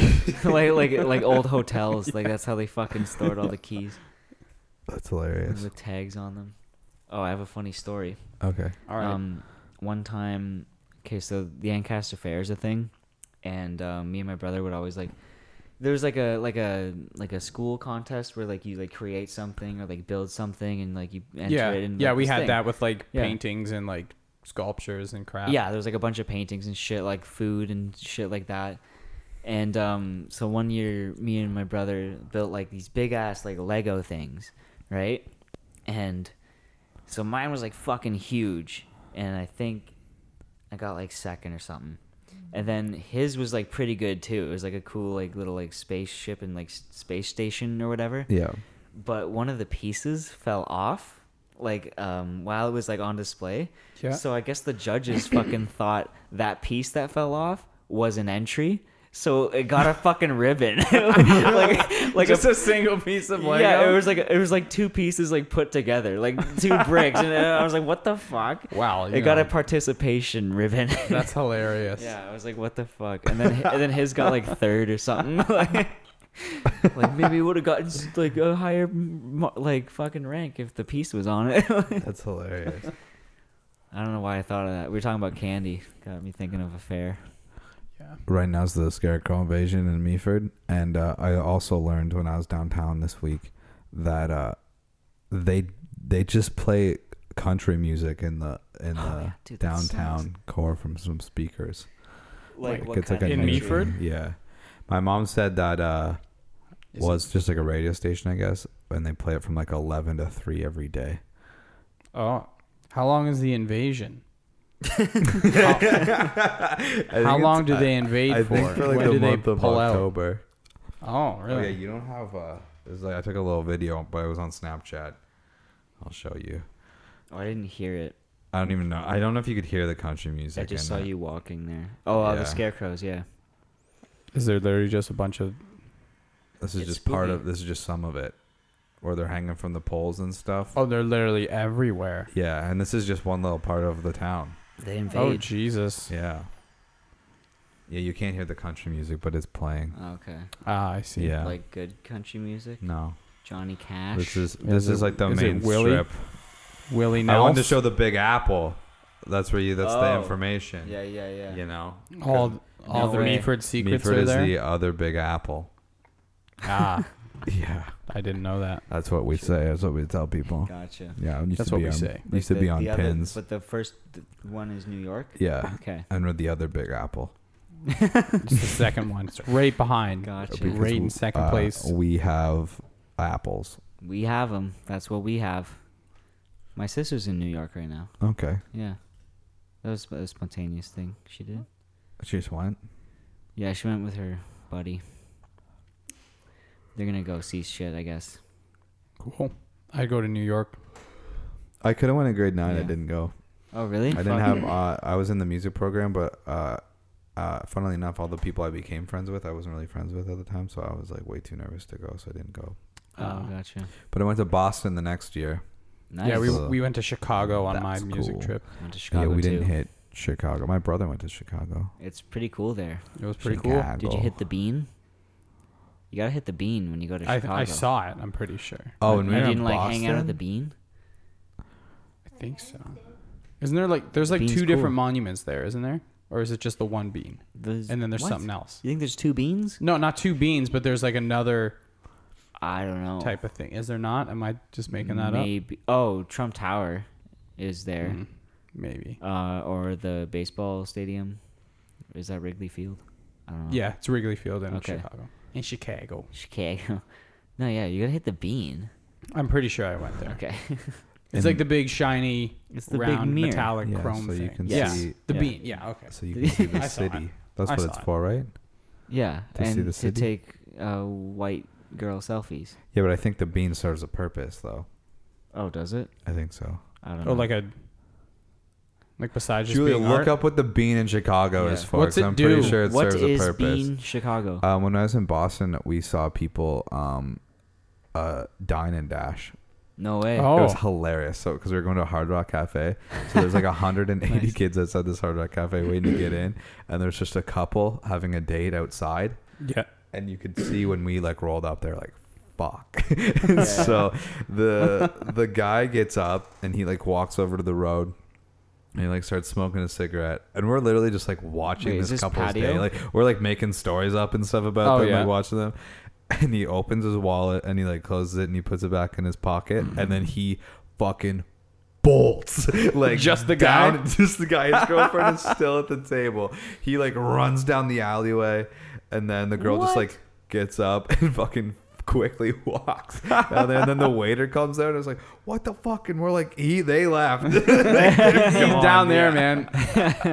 A: like like like old hotels. Like that's how they fucking stored all the keys
B: That's hilarious.
A: with tags on them. Oh, I have a funny story.
B: Okay.
C: All right.
A: Um, one time, okay, so the Ancaster Fair is a thing, and um, me and my brother would always like. There was like a like a like a school contest where like you like create something or like build something and like you enter
C: yeah.
A: it. And,
C: yeah,
A: like,
C: we
A: this
C: had
A: thing.
C: that with like
A: Yeah.
C: paintings and like sculptures and crap.
A: Yeah, there was like a bunch of paintings and shit, like food and shit like that. And um, so one year, me and my brother built like these big ass like Lego things, right? And so mine was like fucking huge, and I think I got like second or something. And then his was like pretty good too. It was like a cool like little like spaceship and like s- space station or whatever.
B: Yeah.
A: But one of the pieces fell off like um while it was like on display.
C: Yeah.
A: So I guess the judges fucking thought that piece that fell off was an entry. So it got a fucking ribbon. like like a
C: Just a, single piece of Lego.
A: yeah, it was like it was like two pieces like put together, like two bricks, and I was like, "What the fuck?"
C: Wow, you
A: it got
C: know.
A: a participation ribbon.
C: That's hilarious.
A: yeah, I was like, "What the fuck?" And then and then his got like third or something. like, like maybe would have gotten like a higher mo- like fucking rank if the piece was on it.
B: That's hilarious.
A: I don't know why I thought of that. We were talking about candy, got me thinking of a fair.
B: right now's the scarecrow invasion in Meaford, and uh, I also learned when I was downtown this week that uh, they they just play country music in the in
A: Oh,
B: the
A: yeah, dude, that
B: downtown core from some speakers.
C: Like,
A: what kind
C: a
A: of
C: In
B: new-
A: country?
C: Meaford?
B: Yeah, my mom said that uh,
C: Is
B: was just like a radio station, I guess, and they play it from like eleven to three every day.
C: Oh, how long is the invasion?
B: I
C: How
B: think
C: long do
B: it's-
C: they invade
B: I, I
C: for?
B: think for like
C: when
B: the
C: do they
B: month of
C: pull out?
B: October.
C: Oh,
B: Oh yeah,
C: really?
B: you don't have. Uh, it was like I took a little video, but it was on Snapchat. I'll show you.
A: Oh, I didn't hear it.
B: I don't even know. I don't know if you could hear the country music.
A: I just
B: in
A: saw
B: it.
A: you walking there. Oh, uh,
B: Yeah.
A: the scarecrows. Yeah.
C: Is there literally just a bunch of?
B: This is
A: It's
B: just part of.
A: spooky.
B: This is just some of it, where they're hanging from the poles and stuff.
C: Oh, they're literally everywhere.
B: Yeah, and this is just one little part of the town.
A: They invade.
C: Oh Jesus!
B: Yeah. Yeah, you can't hear the country music, but it's playing.
A: okay.
C: Ah, I see.
B: Yeah.
A: Like good country music.
B: no.
A: Johnny Cash.
B: This is this is,
C: it-
B: like the
C: is it
B: main
C: Willie?
B: strip.
C: Willie
B: I wanted
C: Nelson.
B: to show the Big Apple. That's where you. That's the
A: Oh.
B: information.
A: Yeah, yeah, yeah.
B: You know.
C: all all
A: No
C: the
A: way.
C: Meaford secrets
B: Meaford
C: are
B: is
C: there.
B: the other Big Apple.
C: ah,
B: Yeah.
C: I didn't know that.
B: That's what we say. That's what we tell people.
A: Gotcha.
B: Yeah, it used
C: That's
B: to
C: what
B: be
C: we
B: on,
C: say.
B: it
A: Like
B: Used to
A: the-
B: be on
A: the other-
B: pins.
A: but the first th- one is New York.
B: yeah,
A: Okay.
B: and with the other Big Apple.
C: It's the second one. It's right behind.
A: Gotcha.
B: Because,
C: Right in second
B: uh,
C: place.
B: we have apples.
A: We have them. That's what we have. My sister's in New York right now.
B: Okay,
A: Yeah. That was a spontaneous thing she did.
B: she just went.
A: Yeah, she went with her buddy. They're gonna go see shit, I guess.
C: Cool. I go to New York.
B: I could have went in grade nine. I
A: Yeah.
B: didn't go.
A: Oh, really?
B: I didn't have. Uh, I was in the music program, but uh, uh, funnily enough, all the people I became friends with, I wasn't really friends with at the time, so I was like way too nervous to go, so I didn't go. uh,
A: Oh, gotcha.
B: But I went to Boston the next year.
A: Nice.
C: Yeah, we,
B: So
C: we went to Chicago on my
B: that's
C: music
B: cool.
C: trip.
A: went to Chicago
B: yeah, we
A: too.
B: didn't hit Chicago. My brother went to Chicago.
A: It's pretty cool there.
C: It was pretty
B: Chicago.
A: Did you hit the bean? You gotta hit the bean when you go to
C: cool. I,
A: Chicago.
C: I saw it. I'm pretty sure.
B: Oh, and we
A: I
B: were in
A: didn't like hang out at the
B: Boston?
A: bean.
C: I think so. Isn't there like there's like
A: Bean's
C: two different
A: cool.
C: monuments there, isn't there? Or is it just the one bean?
A: There's-
C: And then there's
A: what?
C: something else.
A: You think there's two beans?
C: No, not two beans, but there's like another
A: I don't
B: Oh.
A: know.
C: type of thing. Is there not? Am I just making that up?
A: Maybe. Oh, Trump Tower is there,
B: Mm-hmm.
C: Mm, maybe.
A: uh, or the baseball stadium. Is that Wrigley Field? I don't know.
C: Yeah, it's Wrigley Field in
A: Okay.
C: Chicago. In Chicago.
A: Chicago. No, yeah, you gotta hit the bean.
C: I'm pretty sure I went there.
A: Okay.
C: It's like the big shiny
A: It's the big
C: round
A: mirror.
C: metallic
B: Yeah,
C: chrome
B: so you
C: thing.
B: can
C: yes.
B: see-
C: the
A: Yeah.
C: bean. Yeah, okay.
B: So you can see the
C: I saw it.
B: city. That's
C: I
B: what
C: saw
B: it's
C: it.
B: for, right?
A: yeah,
B: To see
A: and
B: the
A: to
B: city?
A: take uh, white girl selfies.
B: Yeah, but I think the bean serves a purpose, though.
A: Oh, does it?
B: I think so.
A: I don't know.
C: Or Oh, like a like besides just
B: Julia,
C: being
B: look
C: art.
B: up what the bean in Chicago
A: Yeah.
B: is for.
C: What's
B: 'cause
C: it
B: I'm pretty
C: do?
B: sure it
A: what
B: serves a
A: is
B: purpose.
A: bean Chicago?
B: Um, when I was in Boston, we saw people um, uh, dine and dash.
A: no way.
C: Oh.
B: It was hilarious. So, because we were going to a Hard Rock Cafe, so there's like 180
A: Nice.
B: kids outside this Hard Rock Cafe waiting to get in, and there's just a couple having a date outside,
C: Yeah.
B: and you could see when we like rolled up there like fuck so the the guy gets up and he like walks over to the road and he like starts smoking a cigarette and we're literally just like watching
A: Wait, is
B: this
A: this
B: couple's
A: patio?
B: day like we're like making stories up and stuff about
C: Oh,
B: them
C: yeah.
B: like watching them and he opens his wallet and he like closes it and he puts it back in his pocket and then he fucking bolts like
C: Just the guy?
B: down- just the guy his girlfriend is still at the table he like runs down the alleyway and then the girl just
A: What?
B: like gets up and fucking quickly walks down there, and then the waiter comes out and it's like, "What the fuck?" And we're like, "He, they left."
C: He's down there, man.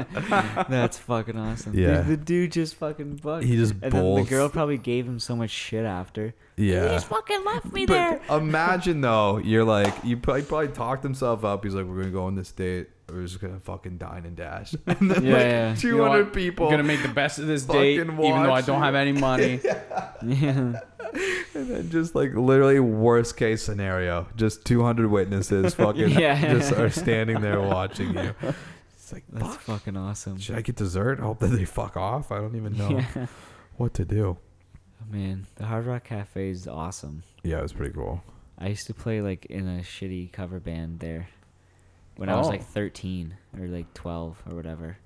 A: That's fucking awesome.
B: Yeah.
A: Dude, the dude just fucking bugged.
B: He just
A: and then the
B: bolts.
A: girl probably gave him so much shit after. You
B: yeah.
A: just fucking left me there.
B: But imagine though, you're like, you probably, probably talked himself up. He's like, "We're gonna go on this date. We're just gonna fucking dine and dash." And then
A: Yeah,
B: like
A: yeah.
C: You know
B: 200
C: what?
B: people.
C: I'm gonna make the best of this date, even
B: fucking
C: though I
B: watch
C: don't
B: you.
C: have any money.
A: Yeah.
B: And just like literally worst case scenario, just 200 witnesses fucking
A: Yeah.
B: just are standing there watching you. It's like,
A: That's
B: fuck,
A: fucking awesome.
B: should I get dessert? I hope that they fuck off. I don't even know
A: Yeah.
B: what to do.
A: Man, the Hard Rock Cafe is awesome.
B: Yeah, it was pretty cool.
A: I used to play like in a shitty cover band there when I was
C: Oh.
A: like 13 or like 12 or whatever.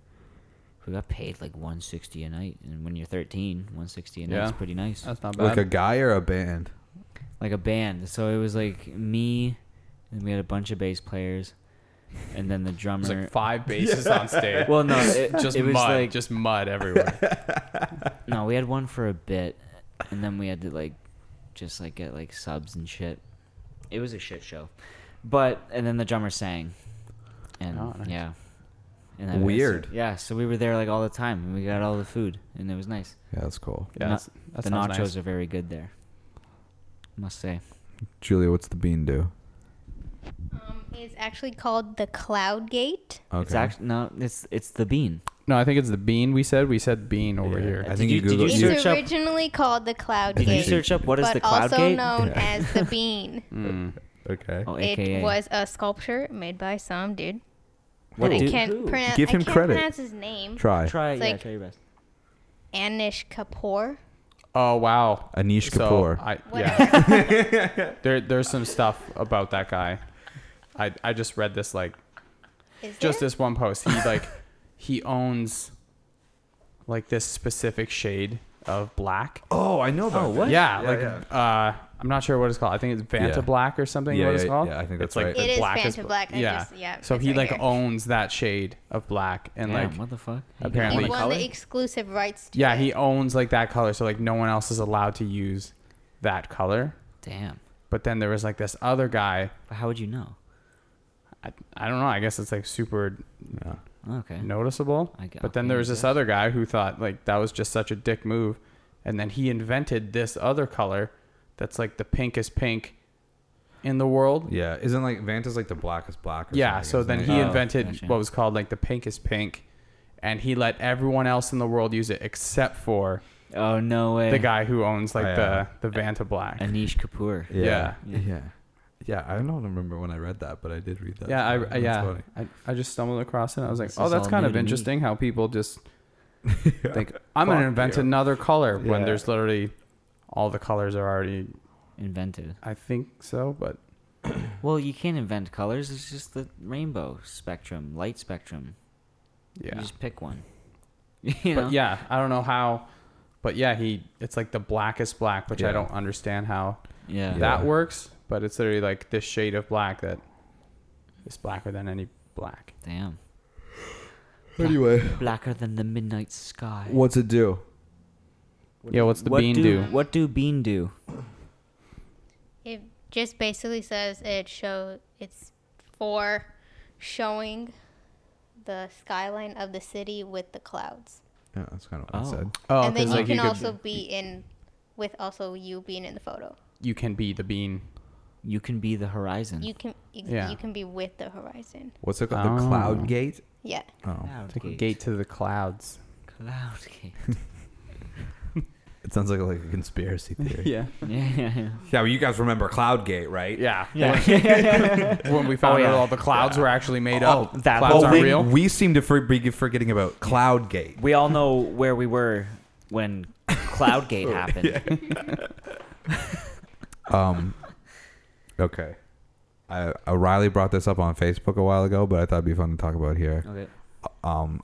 A: We got paid like 160 a night, and when you're 13, 160 a night
C: Yeah.
A: is pretty nice.
C: That's not
B: Like
C: bad.
B: a guy or a band?
A: like a band. So it was like me, and we had a bunch of bass players, and then the drummer.
C: There's like five bases on stage.
A: well, no, it,
C: just
A: it was
C: mud,
A: like
C: just mud everywhere.
A: no, we had one for a bit, and then we had to like just like get like subs and shit. It was a shit show, but and then the drummer sang, and
C: Oh, nice.
A: yeah, and then
B: Weird.
A: yeah, so we were there like all the time, and we got all the food, and it was nice.
B: Yeah, that's cool.
A: The
C: Yeah,
A: na-
C: that's- that
A: the
C: sounds
A: nachos
C: nice.
A: are very good there. Must say.
B: Julia, what's the bean do?
E: Um, it's actually called the Cloud Gate.
A: It's actually no, it's it's the bean.
C: No, I think it's the bean. We said we said bean over
B: Yeah.
C: here.
B: I think
A: did
B: you
A: you, did you
B: Googled-
E: It's
B: You-
A: search up
E: originally called the Cloud
A: Did
E: Gate,
A: you search up what is
E: but
A: the cloud
E: also
A: gate?
E: known
B: Yeah.
E: as the Bean.
C: Mm.
B: okay.
A: oh,
E: It was a sculpture made by some dude.
A: What
E: I
A: dude?
E: can't pronounce.
B: Give him
E: I can't
B: credit.
E: pronounce his name.
B: Try.
A: Try it.
E: It's
A: Yeah,
E: like-
A: try your best.
E: Anish Kapoor.
C: Oh wow,
B: Anish
C: So,
B: Kapoor.
C: I, yeah,
E: Whatever.
C: there, there's some stuff about that guy. I, I just read this like
E: Is
C: just
E: there?
C: this one post. He like he owns like this specific shade of black.
B: oh, I know that.
A: Oh, what?
C: Yeah,
B: Yeah,
C: like uh I'm not sure what it's called. I think it's Vanta
B: Yeah.
C: Black or something.
B: Yeah,
C: what it's
B: yeah,
C: called.
B: yeah, I think that's
C: it's
B: right.
C: like
E: It is
C: black
E: Vanta Black. I
C: yeah.
E: just- yeah,
C: So
E: it's
C: he
E: right
C: like
E: here.
C: owns that shade of black and
A: Damn,
C: like
A: what the fuck?
E: He
C: apparently-
E: won
C: color?
E: the exclusive rights to
C: yeah,
E: it.
C: he owns like that color. So like no one else is allowed to use that color.
A: Damn.
C: But then there was like this other guy.
A: But how would you know?
C: I, I don't know. I guess it's like super
B: Yeah.
A: Okay.
C: noticeable.
A: I gu-
C: But then
A: okay, I
C: there was this
A: guess.
C: other guy who thought like that was just such a dick move, and then he invented this other color that's like the pinkest pink in the world. Yeah.
B: Yeah, isn't like Vanta's like the blackest black. Or something,
C: so
B: isn't
C: then
B: it?
C: he
A: Oh,
C: invented
A: gotcha.
C: what was called like the pinkest pink, and he let everyone else in the world use it except for
A: Oh no way.
C: the guy who owns
A: Oh,
C: like
B: I, uh,
C: the the Vanta Black.
A: Anish Kapoor.
B: Yeah.
A: Yeah.
B: Yeah. Yeah. I don't remember when I read that, but I did read that.
C: yeah, I,
B: That's
C: yeah,
B: funny.
C: I, I just stumbled across it. and I was like,
A: This
C: oh,
A: is
C: that's
A: all
C: kind
A: new
C: of
A: to me."
C: interesting how people just
B: Yeah.
C: think I'm gonna
B: Fuck
C: invent
B: you.
C: another color when
B: Yeah.
C: there's literally all the colors are already.
A: Invented.
C: I think so, but
A: Well, you can't invent colors. It's just the rainbow spectrum, light spectrum. You
C: yeah,
A: just pick one. You know?
C: but yeah, I don't know how, but yeah, he it's like the blackest black, which I
B: Yeah.
C: don't understand how
A: Yeah.
B: Yeah.
C: that works. But it's literally like this shade of black that is blacker than any black.
A: Damn.
B: Anyway,
A: Blacker than the midnight sky.
B: what's it do?
C: yeah, what's the bean do?
A: What do bean do?
E: It just basically says it show it's for showing the skyline of the city with the clouds.
B: Yeah, that's kind of what
A: Oh.
B: I said.
C: Oh,
E: and then
C: 'cause,
E: you
C: like,
E: can
C: could-
E: also be in with also you being in the photo.
C: you can be the bean.
A: You can be the horizon.
E: You can you,
C: Yeah.
E: you can be with the horizon.
B: What's it called? The
C: Oh.
B: cloud gate.
E: Yeah.
B: Oh,
A: Cloud
C: It's like a
A: gate.
C: gate to the clouds.
A: Cloud gate.
B: it sounds like like a conspiracy theory.
C: Yeah,
A: yeah.
B: Yeah, well, you guys remember Cloud Gate, right?
C: yeah,
A: Yeah.
C: When we found
A: Oh,
C: out
A: yeah.
C: all the clouds were actually made
B: Oh,
C: up,
A: that
C: clouds
A: whole
C: aren't
A: thing.
C: real.
B: We seem to for- be forgetting about Cloud Gate.
A: we all know where we were when Cloudgate happened.
B: Um, okay. I, O'Reilly brought this up on Facebook a while ago, but I thought it'd be fun to talk about here.
A: Okay.
B: Um,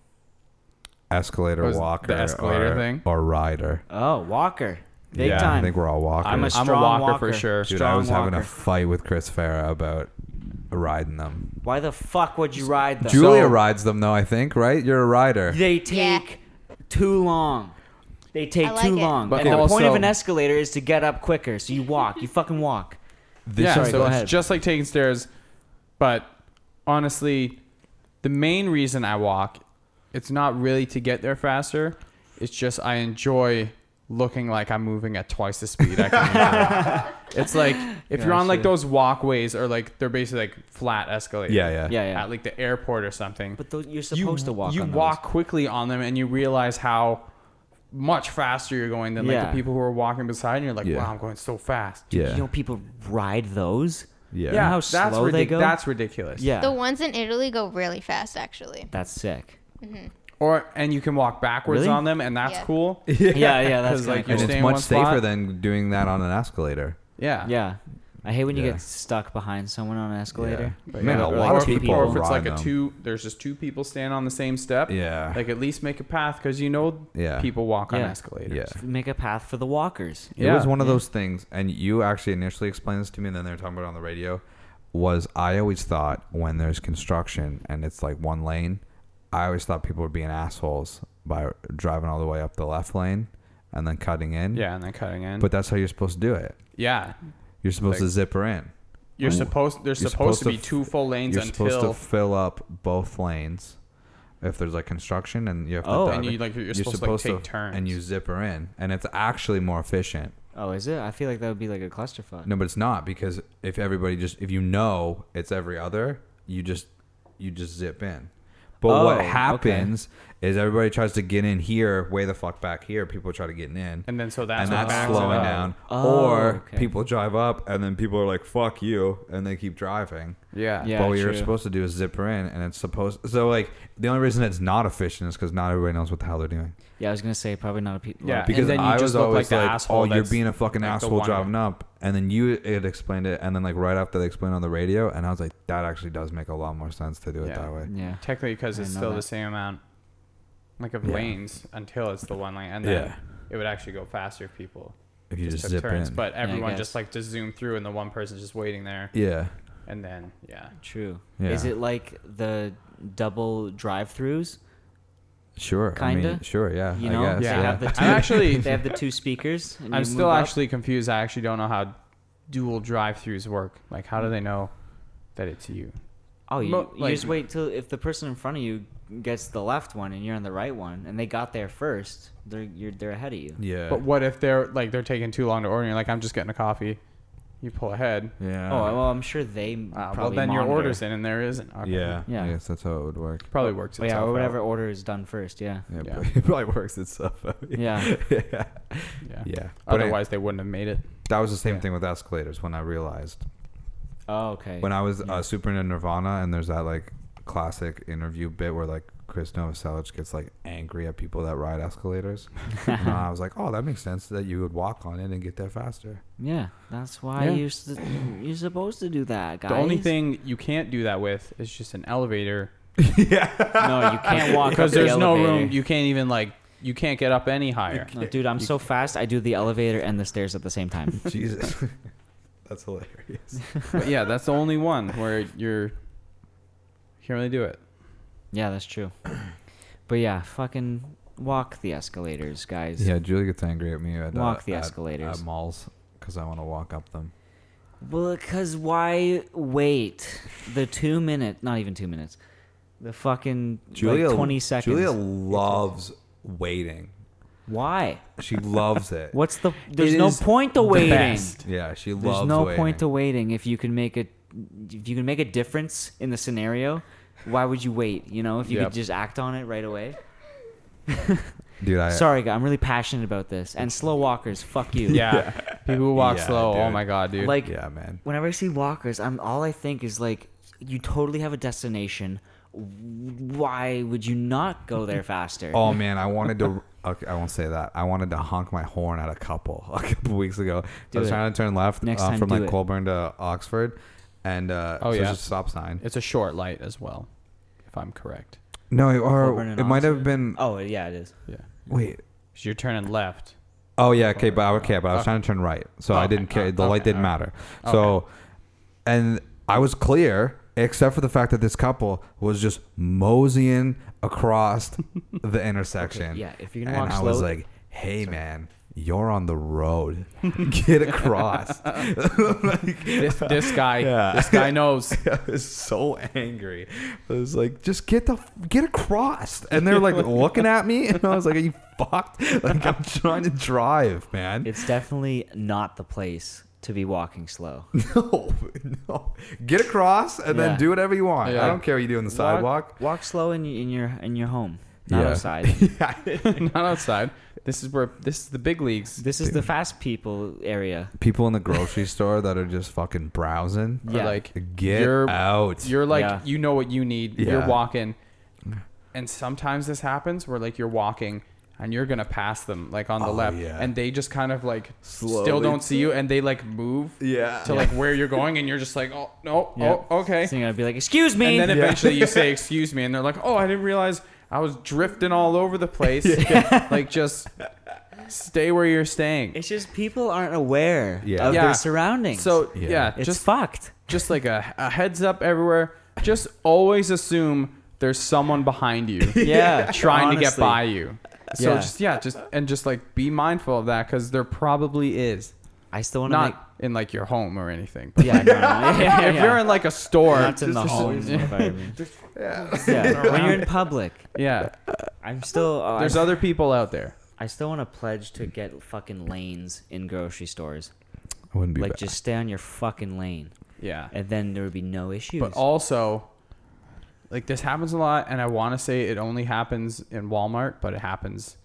B: escalator
C: Was the
B: walker,
C: escalator
B: or,
C: thing?
B: or rider.
A: Oh, Walker. Big
B: yeah,
A: time.
B: I think we're all walkers.
A: I'm a
C: I'm
A: strong
C: a walker
A: walker,
C: for sure.
B: Dude,
A: strong
B: I was having a
A: walker.
B: fight with Chris Farah about riding them.
A: Why the fuck would you ride them?
B: Julia rides them though, I think, right? You're a rider.
A: They take too long. They They take
E: I like
A: too
E: it.
A: long.
C: But
A: and the point
C: also-
A: of an escalator is to get up quicker. So you walk. You fucking walk.
B: This
C: yeah,
A: Sorry,
C: so
A: go
C: it's
A: ahead.
C: just like taking stairs, but honestly, the main reason I walk, it's not really to get there faster. It's just I enjoy looking like I'm moving at twice the speed I can. move. it's like if you're on like
A: Gotcha.
C: those walkways or like they're basically like flat escalators.
B: Yeah, yeah.
A: Yeah, yeah.
C: At like the airport or something.
A: But those, you're supposed to walk.
C: You
A: on those.
C: walk quickly on them, and you realize how much faster you're going than like
A: Yeah.
C: the people who are walking beside. you. And you're like,
B: Yeah.
C: wow, I'm going so fast.
B: Yeah.
A: You know, people ride those.
B: yeah.
A: Yeah. how
C: that's
A: slow they
C: ridic-
A: go?
C: That's ridiculous.
A: Yeah.
E: The ones in Italy go really fast, actually.
A: That's sick.
C: Or and you can walk backwards
A: Really?
C: on them, and that's
E: Yeah.
C: cool.
A: Yeah, yeah. That's
C: 'Cause, like,
B: And
A: kinda cool.
C: You're
B: it's
C: staying in
B: much
C: one
B: safer
C: spot?
B: than doing that on an escalator.
C: Yeah.
A: Yeah. I hate when you
B: Yeah.
A: get stuck behind someone on an escalator.
C: But
B: Man,
C: yeah,
B: a
C: or
B: lot of
C: if-
B: people
C: Or if it's
B: ride
C: like a
B: them.
C: two, there's just two people standing on the same step.
B: Yeah.
C: Like at least make a path because you know
B: Yeah.
C: people walk on
A: Yeah.
C: escalators.
B: Yeah.
A: Just Make a path for the walkers.
B: It
C: Yeah.
B: was one of those things, and you actually initially explained this to me, and then they were talking about it on the radio. Was I always thought when there's construction and it's like one lane, I always thought people were being assholes by driving all the way up the left lane and then cutting in.
C: Yeah, and then cutting in.
B: But that's how you're supposed to do it.
C: yeah,
B: You're supposed
C: Like-
B: to zipper in.
C: you're
B: Ooh.
C: supposed. There's
B: You're supposed
C: supposed, to
B: to
C: be
B: f-
C: two full lanes
B: You're supposed to
C: until
B: fill up both lanes if there's like construction and you have to
A: Oh.
B: dive
A: And
C: you,
B: in.
C: like, you're supposed to, like, take turns.
B: and you zipper in and it's actually more efficient
A: Oh, is it? I feel like that would be like a clusterfuck.
B: no but it's not because if everybody just if you know it's every other you just you just zip in but
A: Oh,
B: what
A: okay.
B: happens is everybody tries to get in here way the fuck back here people try to get in
C: and then so
B: and
C: that's what
B: that's
C: backs it
B: slowing
C: up.
B: down
A: Oh,
B: or
A: okay.
B: people drive up and then people are like fuck you and they keep driving
C: Yeah.
A: Yeah.
B: but what you're
A: true.
B: supposed to do is zipper in, and it's supposed. So like the only reason it's not efficient is because not everybody knows what the hell they're doing.
A: Yeah, I was gonna say probably not a people.
C: Yeah.
B: Because
C: then you
B: I
C: just
B: was
C: look like
B: always
C: the
B: like,
C: asshole
B: "Oh, you're
C: that's,
B: being a fucking
C: like, the
B: asshole
C: one-
B: driving up," and then you it explained it, and then like right after they explained it on the radio, and I was like, "That actually does make a lot more sense to do it
C: Yeah.
B: that way."
A: yeah.
C: Technically, because
A: I
C: it's
A: know
C: still the
A: that.
C: same amount, like of
B: Yeah.
C: lanes until it's the one lane, and then
B: Yeah.
C: it would actually go faster if people
B: If you just,
C: took
B: zip
C: turns.
B: in,
C: But everyone
A: guess.
C: just like to zoom through, and the one person's just waiting there,
B: yeah,
C: and then yeah,
A: True.
B: Yeah.
A: Is it like the double drive-throughs?
B: sure, I mean,
A: Kinda.
B: sure, yeah,
A: You
B: I
A: know,
B: guess,
A: they
C: Yeah.
A: have the
C: I'm
A: two,
C: actually-
A: they have the two speakers. and
C: I'm
A: you
C: still
A: move up.
C: actually confused. I actually don't know how dual drive-throughs work. Like, how do they know that it's you?
A: Oh, you,
C: Mo-
A: you
C: like-
A: just wait till if the person in front of you gets the left one and you're on the right one, and they got there first. They're you're they're ahead of you.
B: yeah,
C: But what if they're like they're taking too long to order? And you're like, I'm just getting a coffee. You pull ahead.
B: yeah,
A: Oh well, I'm sure they
C: Uh,
A: probably
C: well, then your
A: monitor.
C: order's in, and there isn't. Okay.
B: yeah,
A: Yeah.
B: I guess that's how it would work.
C: probably works.
A: Oh, yeah,
C: itself
A: or
C: out.
A: whatever order is done first. Yeah.
B: Yeah,
C: Yeah.
B: it probably works itself out.
A: Yeah.
B: yeah,
C: Yeah.
B: yeah. But anyway,
C: Otherwise, they wouldn't have made it.
B: that was the same
A: Yeah.
B: thing with escalators when I realized
A: Oh, okay.
B: When I was uh, super into Nirvana, and there's that like classic interview bit where like Chris Novoselic gets like angry at people that ride escalators, and I was like, oh, that makes sense that you would walk on it and get there faster.
A: yeah, that's why
C: Yeah.
A: you're s- you're supposed to do that, guys.
C: The only thing you can't do that with is just an elevator
A: No, you can't walk
C: because
A: up the
C: there's no
A: elevator.
C: room. You can't even like you can't get up any higher.
A: No, dude, I'm so fast. I do the elevator and the stairs at the same time.
B: Jesus, that's hilarious.
C: But yeah, that's the only one where you're you can't really do it.
A: yeah, that's true. But yeah, fucking walk the escalators, guys.
B: Yeah, Julie gets angry at me at uh,
A: Walk the
B: at-
A: escalators.
B: at, malls because I want to walk up them.
A: Well, because why wait the two minute? Not even two minutes. The fucking like twenty seconds.
B: Julia loves waiting.
A: why?
B: She loves it.
A: What's the? There's
C: It
A: no
C: is
A: point to
C: the
A: waiting.
C: best.
B: Yeah, she loves.
A: There's no
B: waiting.
A: point to waiting if you can make a if you can make a difference in the scenario. Why would you wait? You know, if you
C: Yep.
A: could just act on it right away.
B: dude.
C: Uh,
B: I,
A: Sorry, guy, I'm really passionate about this. And slow walkers, fuck you.
C: Yeah, people who walk
B: Yeah,
C: slow. Oh
B: dude.
C: my god, dude.
A: Like
B: Yeah, man.
A: whenever I see walkers, I'm all I think is like, you totally have a destination. Why would you not go there faster?
C: Um,
B: Oh man, I wanted to. Okay, I won't say that. I wanted to honk my horn at a couple a couple weeks ago. I
A: Do
B: was
A: it.
B: trying to turn left
A: Next
B: uh,
A: time,
B: from
A: do
B: like
A: it.
B: Colburn to Oxford, and uh,
C: Oh,
B: so
C: yeah.
B: it's just a stop sign.
C: it's a short light as well, if I'm correct.
B: no, or
A: Colburn
B: it
A: and
B: might have
A: Oxford?
B: been.
A: Oh yeah, it is.
C: Yeah,
B: Wait.
C: 'Cause you're turning left.
B: Oh yeah. Okay, but I- okay, but I was trying to turn right, so I
C: Uh, Okay,
B: didn't care.
C: uh,
B: The light
C: okay,
B: didn't
C: okay.
B: matter. So, and I was clear. Except for the fact that this couple was just moseying across the intersection.
A: yeah, if you're gonna
B: and
A: walk
B: I was
A: slow-
B: like, hey man, you're on the road. Get across.
C: This this guy
B: Yeah.
C: this guy knows.
B: I was so angry. I was like, just get the get across. And they're like looking at me, and I was like, are you fucked? Like I'm trying to drive, man.
A: It's definitely not the place to be walking slow.
B: no, no. Get across and
A: Yeah.
B: then do whatever you want.
C: Yeah.
B: I don't care what you do on the sidewalk.
A: Walk slow in, in your in your home, not
B: Yeah.
A: outside.
C: Not outside. This is where this is the big leagues.
A: This is the fast people area.
B: People in the grocery store that are just fucking browsing.
C: Or
A: Yeah.
C: like
B: Get
C: You're-
B: out.
C: You're like
A: Yeah.
C: you know what you need. You're
B: Yeah.
C: walking, and sometimes this happens where like you're walking and you're gonna pass them like on the
B: Oh,
C: left,
B: yeah.
C: and they just kind of like still
B: Slowly.
C: don't see you, and they like move
B: yeah.
C: to like where you're going, and you're just like oh no
A: Yep.
C: oh okay,
A: So you're gonna be like, "Excuse me."
C: and then eventually you say excuse me, and they're like oh I didn't realize I was drifting all over the place, like just stay where you're staying.
A: it's just people aren't aware
B: Yeah.
A: of
C: Yeah.
A: their surroundings.
C: So
B: Yeah.
C: yeah,
A: it's
C: just
A: fucked.
C: just like a, a heads up everywhere. Just always assume there's someone behind you.
A: Yeah,
C: trying to get
A: honestly.
C: by you. So
A: Yeah.
C: just yeah, just and just like be mindful of that because there probably is
A: I still want to make.
C: not in like your home or anything. But
A: Yeah, no, no, yeah,
C: if
A: yeah.
C: you're in like a store,
A: not in the
C: just-
A: home environment. Yeah, when you're in public,
C: yeah,
A: I'm still. Uh,
C: there's other people out there.
A: I still want to pledge to get fucking lanes in grocery stores.
B: I wouldn't be
A: Like,
B: bad.
A: just stay on your fucking lane,
C: Yeah,
A: and then there would be no issues.
C: but also like this happens a lot, and I want to say it only happens in Walmart, but it happens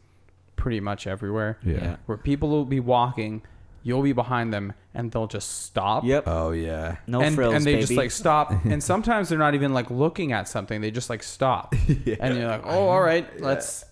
C: pretty much everywhere.
B: yeah.
A: yeah.
C: where people will be walking, you'll be behind them, and they'll just stop.
A: Yep.
B: Oh yeah.
A: no
C: and,
A: frills,
C: and they
A: baby.
C: just like stop and sometimes they're not even like looking at something they just like stop and you're like oh all right let's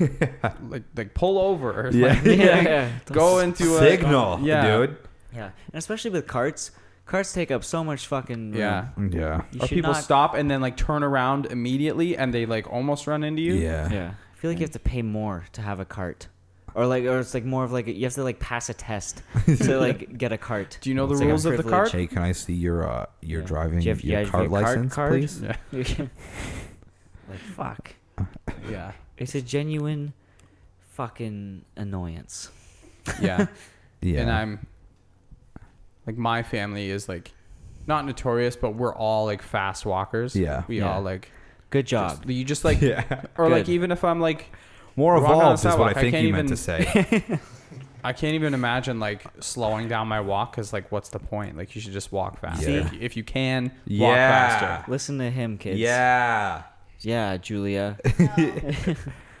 C: like like pull over or
B: Yeah.
C: like,
A: Yeah, yeah.
C: go into a
B: Signal,
C: yeah
B: dude.
A: yeah, and especially with carts. Carts take up so much fucking. room.
C: yeah
B: Yeah.
A: You
C: or
A: should
C: people
A: not-
C: stop and then like turn around immediately and they like almost run into you
B: Yeah.
A: Yeah. I feel like you have to pay more to have a cart. Or like or it's like more of like you have to like pass a test to like get a cart.
C: do you know the
A: It's like a
C: rules of the
A: privilege.
C: cart
B: Hey, can I see your uh, your
A: Yeah.
B: driving
A: Do you have- yeah,
B: your
A: do you
B: cart
A: have a cart
B: license,
A: card?
B: please?
C: yeah
A: like fuck.
C: yeah
A: It's a genuine fucking annoyance.
C: yeah
B: Yeah.
C: and i'm like my family is like not notorious but we're all like fast walkers
B: Yeah.
C: we
A: Yeah.
C: all like
A: Good job.
C: just, you just like
B: yeah.
C: or like
A: Good.
C: even if i'm like
B: More
C: We're walking on
B: evolved is
C: the
B: what I
C: sidewalk. I
B: think you
C: can't
B: meant
C: even-
B: to say.
C: I can't even imagine like slowing down my walk because like, what's the point? Like, you should just walk faster
B: Yeah.
C: if, you, if you can. Walk
B: Yeah.
C: faster.
A: Listen to him, kids.
B: yeah.
A: Yeah, Julia.